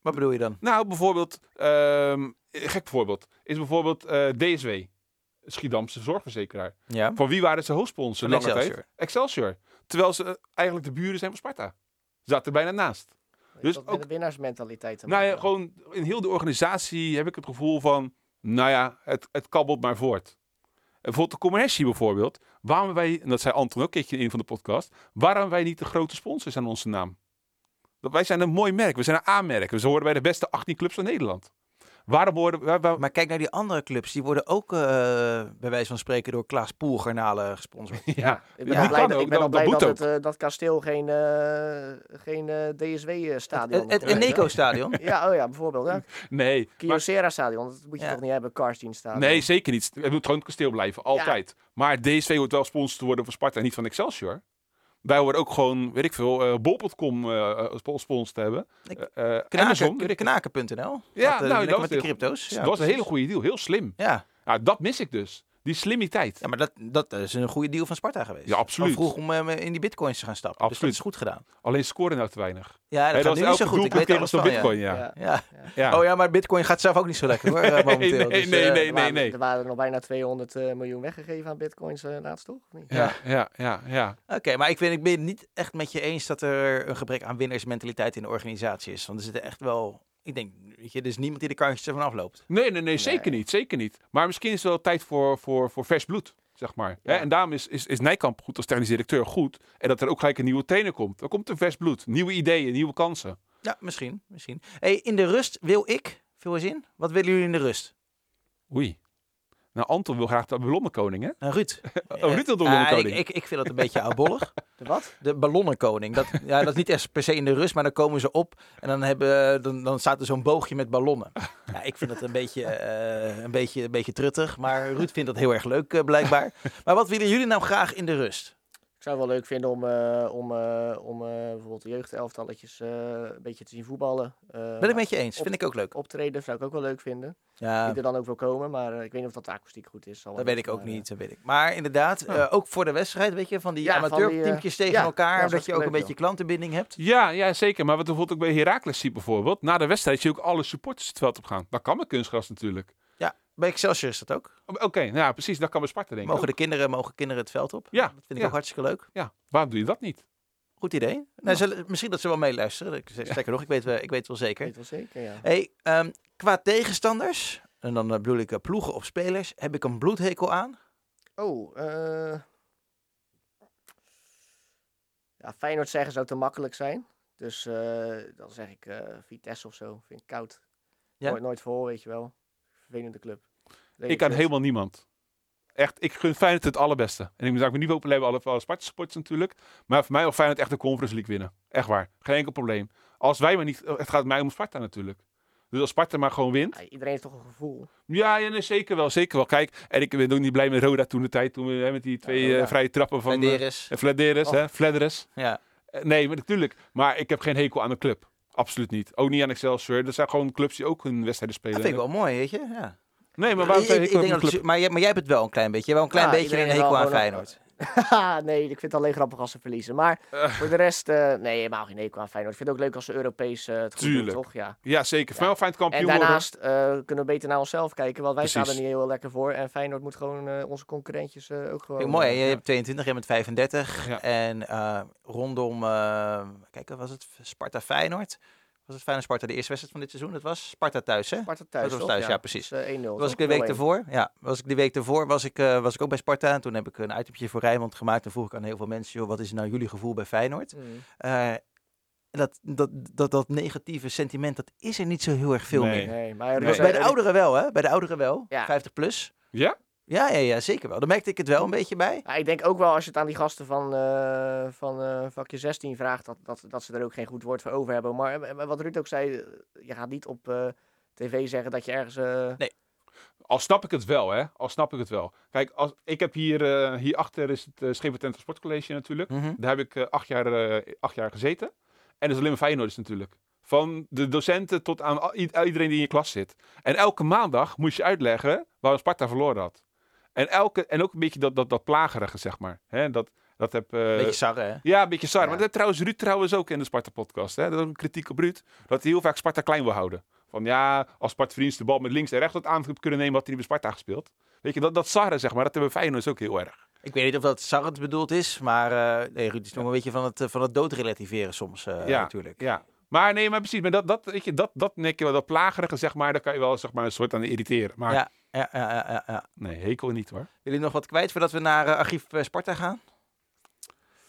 Wat bedoel je dan?
Nou, bijvoorbeeld, ehm, een gek voorbeeld, is bijvoorbeeld eh, DSW, Schiedamse zorgverzekeraar.
Ja.
Van wie waren ze hoofdsponsor
Van
lange tijd?
Hm. Excelsior.
Excelsior. Terwijl ze eh, eigenlijk de buren zijn van Sparta. Ze zaten er bijna naast. Dus
Dus dat met
ook-
de winnaarsmentaliteit. te
Nou ja,
maken.
gewoon in heel de organisatie heb ik het gevoel van, nou ja, het, het kabbelt maar voort. En Bijvoorbeeld de commercie bijvoorbeeld. Waarom wij, en dat zei Anton ook een keertje in een van de podcast, waarom wij niet de grote sponsors aan onze naam? Want wij zijn een mooi merk, we zijn een A-merk. We horen bij de beste 18 clubs van Nederland. Waarom horen waar- waar-
Maar kijk naar die andere clubs. Die worden ook, eh, bij wijze van spreken, door Klaas Poelgarnalen gesponsord.
ja,
Ik ben
Ja,
al
dat
blij
kan
dat, ik
ook,
ben
dat-
al blij
dat
dat,
moet
het, eh, dat kasteel geen, eh, geen DSW-stadion
Het, het Eneco-stadion.
Ja, oh ja, bijvoorbeeld. Ja.
nee, maar,
Kyocera-stadion, dat moet je
Ja.
toch niet hebben, Karstein-stadion.
nee, zeker niet. Het moet gewoon het kasteel blijven, altijd. Maar DSV hoort wel sponsor te worden van Sparta en niet van Excelsior. Wij horen ook gewoon, weet ik veel, eh, bol.com eh, eh, als sponsor te hebben.
Ik-
Eh, eh, Amazon, weet
Knaken,
ik
knaken.nl.
Ja,
dat, eh,
nou,
lekker
dat
met
is
de
heel-
crypto's.
dat was een hele goede deal, heel slim.
Ja,
Ja, dat mis ik dus. Die slimmiteit.
ja maar dat, dat is een goede deal van Sparta geweest.
Ja, absoluut.
Van vroeg om eh, in die bitcoins te gaan stappen. Dus dat
Absoluut.
is goed gedaan.
Alleen scoren nou te weinig.
Ja, dat
Hè,
gaat nu niet zo goed. Ik weet
tegen
alles
zo'n
van, ja.
bitcoin, ja.
Ja.
Ja.
Ja.
Oh ja, maar bitcoin gaat zelf ook niet zo lekker hoor, eh, momenteel.
nee,
Dus,
nee,
eh,
nee.
Er waren, er waren er nog bijna 200 eh, miljoen weggegeven aan bitcoins eh, laatst, toch? Of niet?
Ja, ja, ja, ja.
Oké, maar ik, vind, ik ben het niet echt met je eens dat er een gebrek aan winnaarsmentaliteit in de organisatie is. Want er zitten echt wel, ik denk, weet je, er is niemand die de kantjes ervan afloopt.
Nee, nee, nee, zeker niet. Zeker niet. Maar misschien is het wel tijd voor, voor, voor vers bloed, zeg maar. Hè,
Ja.
En daarom is, is, is Nijkamp goed als technisch directeur goed. En dat er ook gelijk een nieuwe trainer komt. Er komt een vers bloed. Nieuwe ideeën, nieuwe kansen.
Ja, misschien, misschien. Hey, in de rust wil ik, veel eens in, wat willen jullie in de rust?
Oei. Nou, Anton wil graag de ballonnenkoning, hè?
Nou, Ruud.
Oh, Ruud wil de
Eh,
ballonnenkoning.
ah, ik, ik, ik vind dat een beetje oudbollig.
De wat?
De ballonnenkoning. Dat, ja, dat is niet echt per se in de rust, maar dan komen ze op en dan, hebben, dan, dan staat er zo'n boogje met ballonnen. Ja, ik vind dat een beetje, eh, een, beetje, een beetje truttig, maar Ruud vindt dat heel erg leuk eh, blijkbaar. Maar wat willen jullie nou graag in de rust?
Ik zou het wel leuk vinden om, eh, om, eh, om eh, bijvoorbeeld de jeugdelftalletjes eh, een beetje te zien voetballen. Eh,
Ben ik met je eens. Vind ik ook leuk.
Optreden zou ik ook wel leuk vinden.
Ja,
Die er dan ook wil komen, maar eh, ik weet niet of dat de akoestiek goed is. zal wel
dat weet
niet,
ik ook
maar, eh,
niet. Dat weet ik. Maar inderdaad, eh, ook voor de wedstrijd, weet je, van die
Ja, van die,
amateurteampjes
eh,
tegen
ja,
elkaar,
ja,
omdat je ook een
hartstikke leuk,
beetje klantenbinding hebt.
Ja, ja, zeker. Maar wat we bijvoorbeeld ook bij Heracles ziet bijvoorbeeld. Na de wedstrijd zie je ook alle supporters het veld op gaan. Dat kan met kunstgras natuurlijk.
Bij Excelsior is dat ook.
Oké, nou ja, precies. Dat kan bij Sparta denk ik
Mogen
ook.
de kinderen, mogen kinderen het veld op?
Ja,
Dat vind ik
ja.
ook hartstikke leuk.
Ja, waarom doe je dat niet?
Goed idee. Nou, zullen- misschien dat ze wel meeluisteren. Ik- Sterker nog, ik weet, wel- ik weet wel zeker.
Weet wel zeker, ja.
Hey, ehm, qua tegenstanders, en dan eh, bedoel ik eh, ploegen of spelers, heb ik een bloedhekel aan.
Oh, eh ja, Feyenoord zeggen zou te makkelijk zijn. Dus eh, dan zeg ik eh, Vitesse of zo. Vind ik koud.
Ja?
Nooit, nooit voor, weet je wel. Vervelende club. Lelijke
ik kan
club.
helemaal niemand. Echt, ik gun Feyenoord het allerbeste. En ik ben me niet open bij alle, alle Sparta supporters natuurlijk. Maar voor mij wil Feyenoord echt de Conference League winnen. Echt waar. Geen enkel probleem. Als wij maar niet... Het gaat mij om Sparta natuurlijk. Dus als Sparta maar gewoon wint.
Ja, iedereen heeft toch een gevoel.
Ja, ja nee, zeker wel. Zeker wel. Kijk, en ik ben ook niet blij met Roda toen de tijd. Toen we hè, met die twee
Roda.
eh, vrije trappen van... eh,
Flanderes.
En Vladeres,
Oh.
hè? Vladeres.
Ja.
Eh, Nee, maar natuurlijk. Maar ik heb geen hekel aan de club. Absoluut niet. Ook niet aan Excelsior. Dat zijn gewoon clubs die ook hun wedstrijden
Dat
spelen.
vind ik wel mooi, weet je. Ja.
Nee, maar waarom
Ik-
zijn
ik- ik
hekel aan
denk dat
de club?
ze- maar, jij, maar jij hebt het wel een klein beetje. Jij hebt wel een
Ja,
klein beetje een
iedereen
hekel
wel
aan
gewoon-
Feyenoord.
Haha, nee, ik vind het alleen grappig als ze verliezen. Maar voor de rest, eh, nee, helemaal geen hekel aan Feyenoord. Ik vind het ook leuk als ze Europees eh het goed doen,
Tuurlijk.
toch? Ja.
Ja, zeker.
Ja.
Veel fijn kampioen
En daarnaast eh, kunnen we beter naar onszelf kijken, want wij staan er
Precies.
niet heel lekker voor. En Feyenoord moet gewoon eh, onze concurrentjes eh, ook gewoon...
Vind ik mooi, hè?
eh,
je
ja.
hebt 22, jij bent 35.
Ja.
En eh, rondom, eh, kijk, wat was het Sparta-Feyenoord? Was het Feyenoord-Sparta de eerste wedstrijd van dit seizoen? Dat was Sparta thuis, hè?
Sparta thuis,
Dat was
toch?
thuis, ja, precies.
Dus, eh, 1-0.
was
toch?
ik de week
0-1.
daarvoor. Ja, was ik de week daarvoor was ik, eh, was ik ook bij Sparta. En toen heb ik een itempje voor Rijnmond gemaakt. En vroeg ik aan heel veel mensen, joh, wat is nou jullie gevoel bij Feyenoord?
Mm.
Eh, dat, dat, dat, dat negatieve sentiment, dat is er niet zo heel erg veel
Nee.
meer.
Nee, maar
Nee.
nee.
Bij de ouderen wel, hè? Bij de ouderen wel.
Ja.
50 plus.
Ja? Hm.
Ja, ja, ja, zeker wel. Daar merkte ik het wel een beetje bij.
ik denk ook wel als je het aan die gasten van, eh, van eh, vakje 16 vraagt, dat, dat, dat ze er ook geen goed woord voor over hebben. Maar eh, maar wat Ruud ook zei, eh, je gaat niet op eh, tv zeggen dat je ergens... eh,
Al snap ik het wel, hè. Al snap ik het wel. Kijk, als, ik heb hier... eh, hierachter is het uh, Schepen Sportcollege natuurlijk.
Mhm.
Daar heb ik eh, acht, jaar, eh, acht jaar gezeten. En dat is alleen maar Feyenoorders natuurlijk. Van de docenten tot aan al- i- iedereen die in je klas zit. En elke maandag moest je uitleggen waarom Sparta verloren had. En, elke, en ook een beetje dat, dat, dat plagerige, zeg maar. Hè, dat, dat heb, eh,
Beetje sarre, hè?
ja, een beetje saai.
Ja.
Maar dat trouwens Ruud trouwens ook in de Sparta-podcast. hè. Dat is ook een kritiek op Ruud. Dat hij heel vaak Sparta klein wil houden. Van ja, als Sparta vriends de bal met links en rechts had aan kunnen nemen, had hij niet bij Sparta gespeeld. Weet je, dat, dat sarre, zeg maar, dat hebben Feyenoord ook heel erg.
Ik weet niet of dat sarrend bedoeld is, maar eh, nee, Ruud is nog een beetje van het, eh, van het doodrelativeren soms eh,
Ja,
natuurlijk.
Ja. Maar nee, maar precies. Maar dat, dat, weet je, dat, dat, denk je wel, dat plagerige, zeg maar, daar kan je wel zeg maar, een soort aan irriteren. Maar
Ja, ja, ja, ja, ja, ja.
nee, hekel niet hoor.
Wil je nog wat kwijt voordat we naar eh, archief eh, Sparta gaan?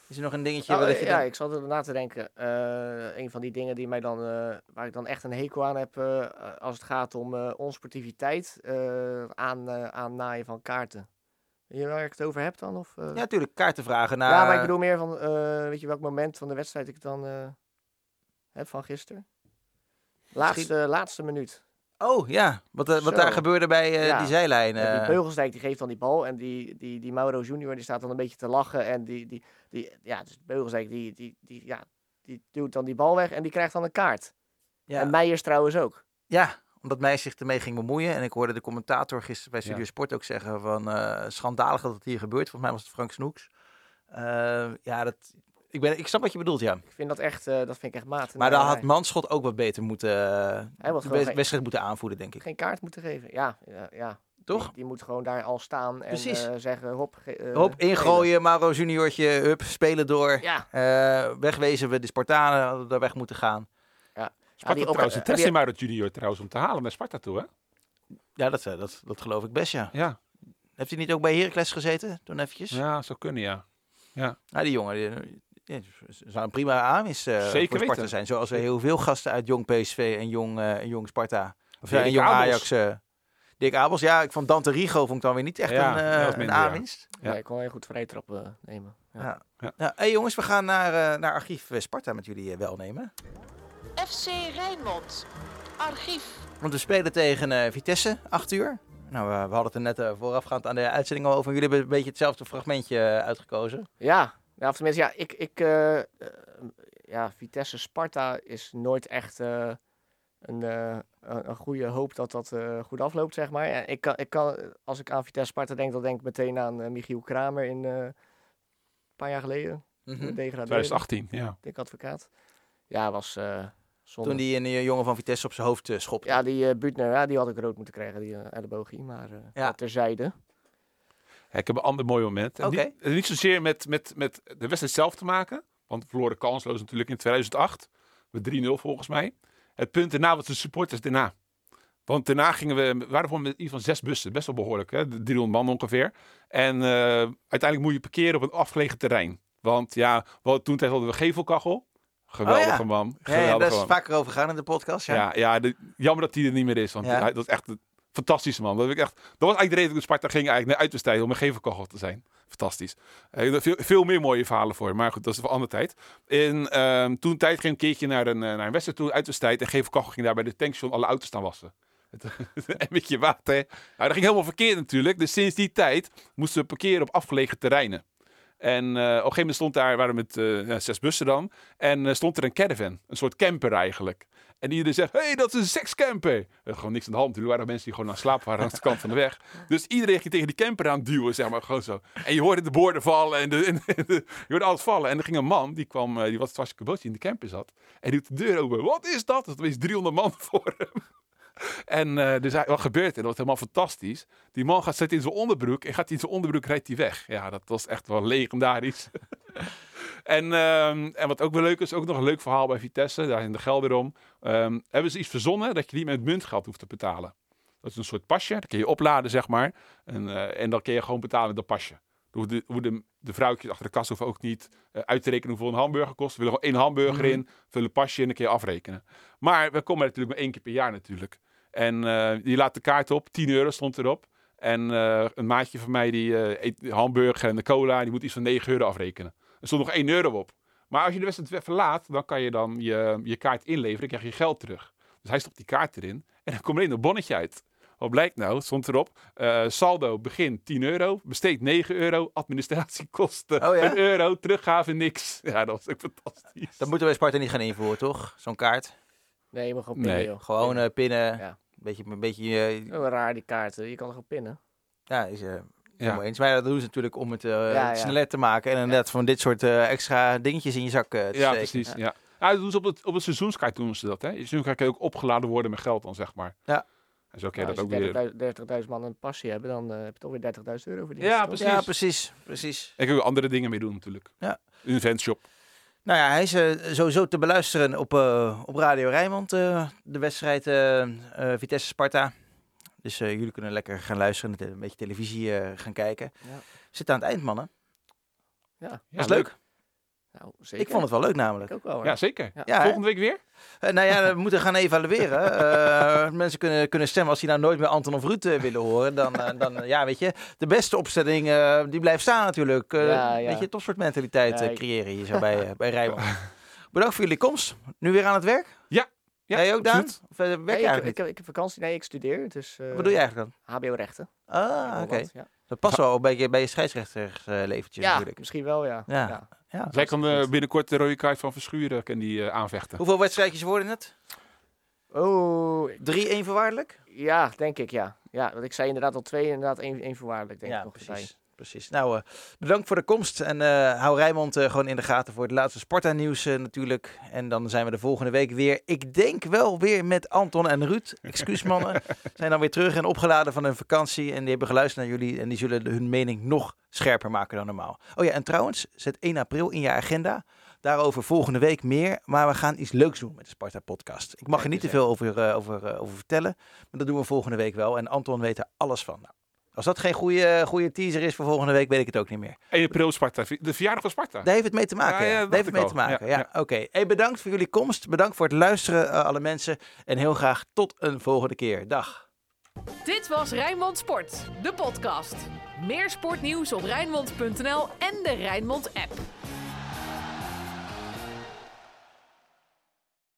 Is er nog een dingetje?
Nou,
wat
eh,
je
ja,
denkt-
ik zat er na te denken. Eh, een van die dingen die mij dan, eh, waar ik dan echt een hekel aan heb eh, als het gaat om eh onsportiviteit, eh, aan, eh aan naaien van kaarten. Weet je waar ik het over heb dan? Of, eh?
ja, natuurlijk. Kaarten vragen naar...
ja, maar ik bedoel meer van, eh, weet je welk moment van de wedstrijd ik dan eh, heb van gisteren? Laatste, laatste minuut.
Oh, ja. Wat, eh, wat
Zo.
daar gebeurde bij eh,
Ja.
die zijlijn.
En
eh.
die Beugelsdijk die geeft dan die bal en die, die, die Mauro junior die staat dan een beetje te lachen. En die, die, die ja, dus Beugelsdijk die, die, die, ja, die duwt dan die bal weg en die krijgt dan een kaart.
ja.
En Meijers trouwens ook.
Ja, omdat mij zich ermee ging bemoeien. En ik hoorde de commentator gisteren bij Studio
Ja.
Sport ook zeggen van... eh, schandalig dat het hier gebeurt. Volgens mij was het Frank Snoeks. Eh, ja, dat, ik, ben, ik snap wat je bedoelt, ja.
Ik vind dat echt, eh, dat vind ik echt maat.
Maar daar had Manschot ook wat beter moeten...
Hij
de
was gewoon
wed-
geen-
wedstrijd moeten aanvoeren, denk ik.
geen kaart moeten geven. Ja, ja, ja.
Toch?
Die, die moet gewoon daar al staan en
Precies.
eh, zeggen hop. ge- eh,
Hop, ingooien, Mauro juniortje, hup, spelen door.
gele. Ja.
Eh, wegwezen we de Spartanen, hadden daar weg moeten gaan.
Sparta
die op-
trouwens,
eh,
interesse
die-
in Mauro Junior trouwens om te halen naar Sparta toe, hè?
Ja, dat, eh, dat, dat geloof ik best, ja.
Ja,
Heeft hij niet ook bij Heracles gezeten, toen eventjes?
ja zou kunnen, ja.
Nou, die jongen die, die zou een prima aanwinst eh,
Zeker
voor Sparta
weten.
zijn. Zoals er heel veel gasten uit jong PSV en jong, eh, en jong Sparta. Of ja,
Dirk
en jong
Abels.
Ajax. eh Dick Abels, ja, ik vond Dante Rigo vond ik dan weer niet echt
Ja,
een,
dat
eh,
was
een
minder, ja.
aanwinst.
Ja.
Ja, ik kon heel goed vrij trappen nemen. Ja.
Ja.
Ja.
Nou, hey jongens, we gaan naar, eh, naar archief eh, Sparta met jullie eh, welnemen.
FC Rijnmond. Archief.
Want we spelen tegen eh, Vitesse, 8 uur. Nou, eh, we hadden het er net eh, voorafgaand aan de uitzending al over. Jullie hebben een beetje hetzelfde fragmentje eh, uitgekozen.
Ja, ja of tenminste, ja, ik, ik, eh, eh, ja, Vitesse Sparta is nooit echt eh, een, eh, een, een goede hoop dat dat eh, goed afloopt, zeg maar. Ja, ik kan, ik kan, als ik aan Vitesse Sparta denk, dan denk ik meteen aan eh, Michiel Kramer in eh, een paar jaar geleden.
Mhm.
Degradeerde,
2018, ja.
dik advocaat. Ja, was eh zonde.
Toen die een eh, jongen van Vitesse op zijn hoofd eh, schopte.
Ja, die eh Buutner, ja, die had ik rood moeten krijgen, die eh, ellebogie, maar eh
Ja.
dat terzijde.
Ja, Ik heb een ander mooi moment. En
Oké.
Niet, en niet zozeer met, met, met de wedstrijd zelf te maken. Want we verloren kansloos natuurlijk in 2008. Met 3-0 volgens mij. Het punt daarna was de supporters daarna. Want daarna gingen we, we waren voor met iets van zes bussen. Best wel behoorlijk, hè? 300 man ongeveer. En eh, uiteindelijk moet je parkeren op een afgelegen terrein. Want ja, wel, toen tijd hadden we gevelkachel. Geweldige
Oh ja.
man.
Ja, ja,
Geweldige
daar is
man.
het vaker over gegaan in de podcast. Ja.
Ja, ja de- jammer dat hij er niet meer is. Want
Ja.
hij, dat is echt een fantastische man. Dat, heb ik echt, dat was eigenlijk de reden dat ik naar Sparta ging eigenlijk naar uitwedstrijden om een geverkachel te zijn. Fantastisch. Eh, er veel, veel meer mooie verhalen voor. Maar goed, dat is voor andere tijd. En ehm, toen tijd ging ik een keertje naar een, eh, naar een wedstrijd toe, uitwedstrijd. En geverkachel ging daar bij de tankstation alle auto's staan wassen. en met je water. Nou, dat ging helemaal verkeerd natuurlijk. Dus sinds die tijd moesten we parkeren op afgelegen terreinen. En eh, op een gegeven moment stond daar, waren we met eh, ja, zes bussen dan. En eh, stond er een caravan, een soort camper eigenlijk. En iedereen zegt, hé, hey, dat is een sekscamper. Er gewoon niks aan de hand. Er waren mensen die gewoon aan het slapen waren aan de kant van de weg. Dus iedereen ging tegen die camper aan het duwen, zeg maar, gewoon zo. En je hoorde de borden vallen en, de, en de- je hoorde alles vallen. En er ging een man, die kwam, eh, die was het hartstikke boos, die in de camper zat. En die doet de deur open. Wat is dat? Dat is 300 man voor hem. En eh, dus hij, wat gebeurt er? Dat was helemaal fantastisch. Die man gaat zitten in zijn onderbroek en gaat in zijn onderbroek rijdt hij weg. Ja, dat was echt wel legendarisch. en, ehm, en wat ook wel leuk is, ook nog een leuk verhaal bij Vitesse, daar in de Gelderom. Ehm, hebben ze iets verzonnen dat je niet met muntgeld hoeft te betalen. Dat is een soort pasje, dat kun je opladen, zeg maar. En, eh, en dan kun je gewoon betalen met dat pasje. Dan hoeven de, hoeven de, de vrouwtjes achter de kast hoeven ook niet eh, uit te rekenen hoeveel een hamburger kost. Ze willen gewoon één hamburger in, vullen een pasje in en dan kun je afrekenen. Maar we komen er natuurlijk maar één keer per jaar natuurlijk. En eh, je laat de kaart op, 10 euro stond erop. En eh, een maatje van mij die eh, eet hamburger en de cola, die moet iets van 9 euro afrekenen. Er stond nog 1 euro op. Maar als je de wedstrijd weer verlaat, dan kan je dan je, je kaart inleveren. Dan krijg je geld terug. Dus hij stopt die kaart erin en dan komt alleen een bonnetje uit. Wat blijkt nou? Het Stond erop. eh, saldo begin 10 euro, besteed 9 euro, administratiekosten
Oh ja?
een euro, teruggave niks. Ja, dat was ook fantastisch.
Dat moeten we bij Sparta niet gaan invoeren, toch? Zo'n kaart.
Nee, je mag gewoon
Nee,
pinnen, joh.
Gewoon eh, pinnen.
Ja.
Beetje, een beetje... eh,
Oh, raar die kaarten, je kan er gewoon pinnen.
ja, is, eh,
Ja.
Helemaal eens. Maar dat doen ze natuurlijk om het eh,
ja.
sneller te maken. En inderdaad van dit soort eh, extra dingetjes in je zak eh, te
Ja,
steken.
precies. Ja. Ja, dat doen ze op, het, op het seizoenskaart doen ze dat. Hè? Je seizoenskaart kan je ook opgeladen worden met geld dan, zeg maar.
Ja.
En zo kan je
Nou,
dat ook
als
weer...
je 30.000 man een passie hebben, dan eh, heb je toch weer 30.000 euro verdiend.
Ja,
toch?
precies.
Ja, precies. precies.
En kun je ook andere dingen mee doen natuurlijk.
Ja.
Een eventshop.
Nou ja, hij is eh, sowieso te beluisteren op, eh, op Radio Rijnmond, eh, de wedstrijd eh, eh, Vitesse-Sparta. Dus eh, jullie kunnen lekker gaan luisteren, en een beetje televisie eh, gaan kijken.
Ja.
Zit aan het eind, mannen.
Ja,
Dat is leuk.
Nou, zeker.
Ik vond het wel leuk
Ik
namelijk.
ook wel. hoor.
Ja, zeker.
Ja.
Ja, hè?
Volgende week weer?
Eh, nou ja, we moeten gaan evalueren. Eh, mensen kunnen, kunnen stemmen als die nou nooit meer Anton of Ruud eh, willen horen. Dan, eh, dan, eh, ja, weet je, de beste opstelling, eh, die blijft staan natuurlijk. Eh,
Ja, ja.
Weet je, topsportmentaliteit
Ja,
eh,
ik-
creëren hier zo bij, eh, bij Rijnmond. Bedankt voor jullie komst. Nu weer aan het werk?
Ja,
Jij ook, Daan?
absoluut.
Of eh, werk je
Nee, ik,
eigenlijk
heb- ik,
niet?
heb, ik heb vakantie. Nee, ik studeer. Dus, eh,
Wat doe je eigenlijk dan?
HBO-rechten.
Ah, oké.
Ja,
Dat past wel bij je, bij je scheidsrechtersleventje
Ja,
natuurlijk.
misschien wel, ja.
Ja.
ja.
Ja.
Zij kan eh, binnenkort de rode kaart van Verschuren kan die, eh, aanvechten.
Hoeveel wedstrijdjes worden het?
Oh,
3-1 voorwaardelijk?
ja, denk ik, ja. Ja, want ik zei inderdaad al twee, inderdaad één, één voorwaardelijk, denk ik. nog erbij.
Precies. Nou, eh, bedankt voor de komst. En eh, hou Rijmond eh, gewoon in de gaten voor het laatste Sparta-nieuws eh, natuurlijk. En dan zijn we de volgende week weer. Ik denk wel weer met Anton en Ruud. Excuus mannen. zijn dan weer terug en opgeladen van hun vakantie. En die hebben geluisterd naar jullie. En die zullen de- hun mening nog scherper maken dan normaal. Oh ja, en trouwens, zet 1 april in je agenda. Daarover volgende week meer. Maar we gaan iets leuks doen met de Sparta-podcast. Ik mag er niet te veel over, eh, over, eh, over vertellen. Maar dat doen we volgende week wel. En Anton weet er alles van. Nou, als dat geen goede, goede teaser is voor volgende week, weet ik het ook niet meer.
1 april Sparta. De verjaardag van Sparta.
Daar heeft het mee te maken.
Ja, ja,
ja.
dat
Daar heeft het
dacht
mee
ik
te
al.
maken. Ja,
Ja,
oké. Hey, bedankt voor jullie komst. Bedankt voor het luisteren, eh, alle mensen. En heel graag tot een volgende keer. Dag.
Dit was Rijnmond Sport, de podcast. Meer sportnieuws op Rijnmond.nl en de Rijnmond app.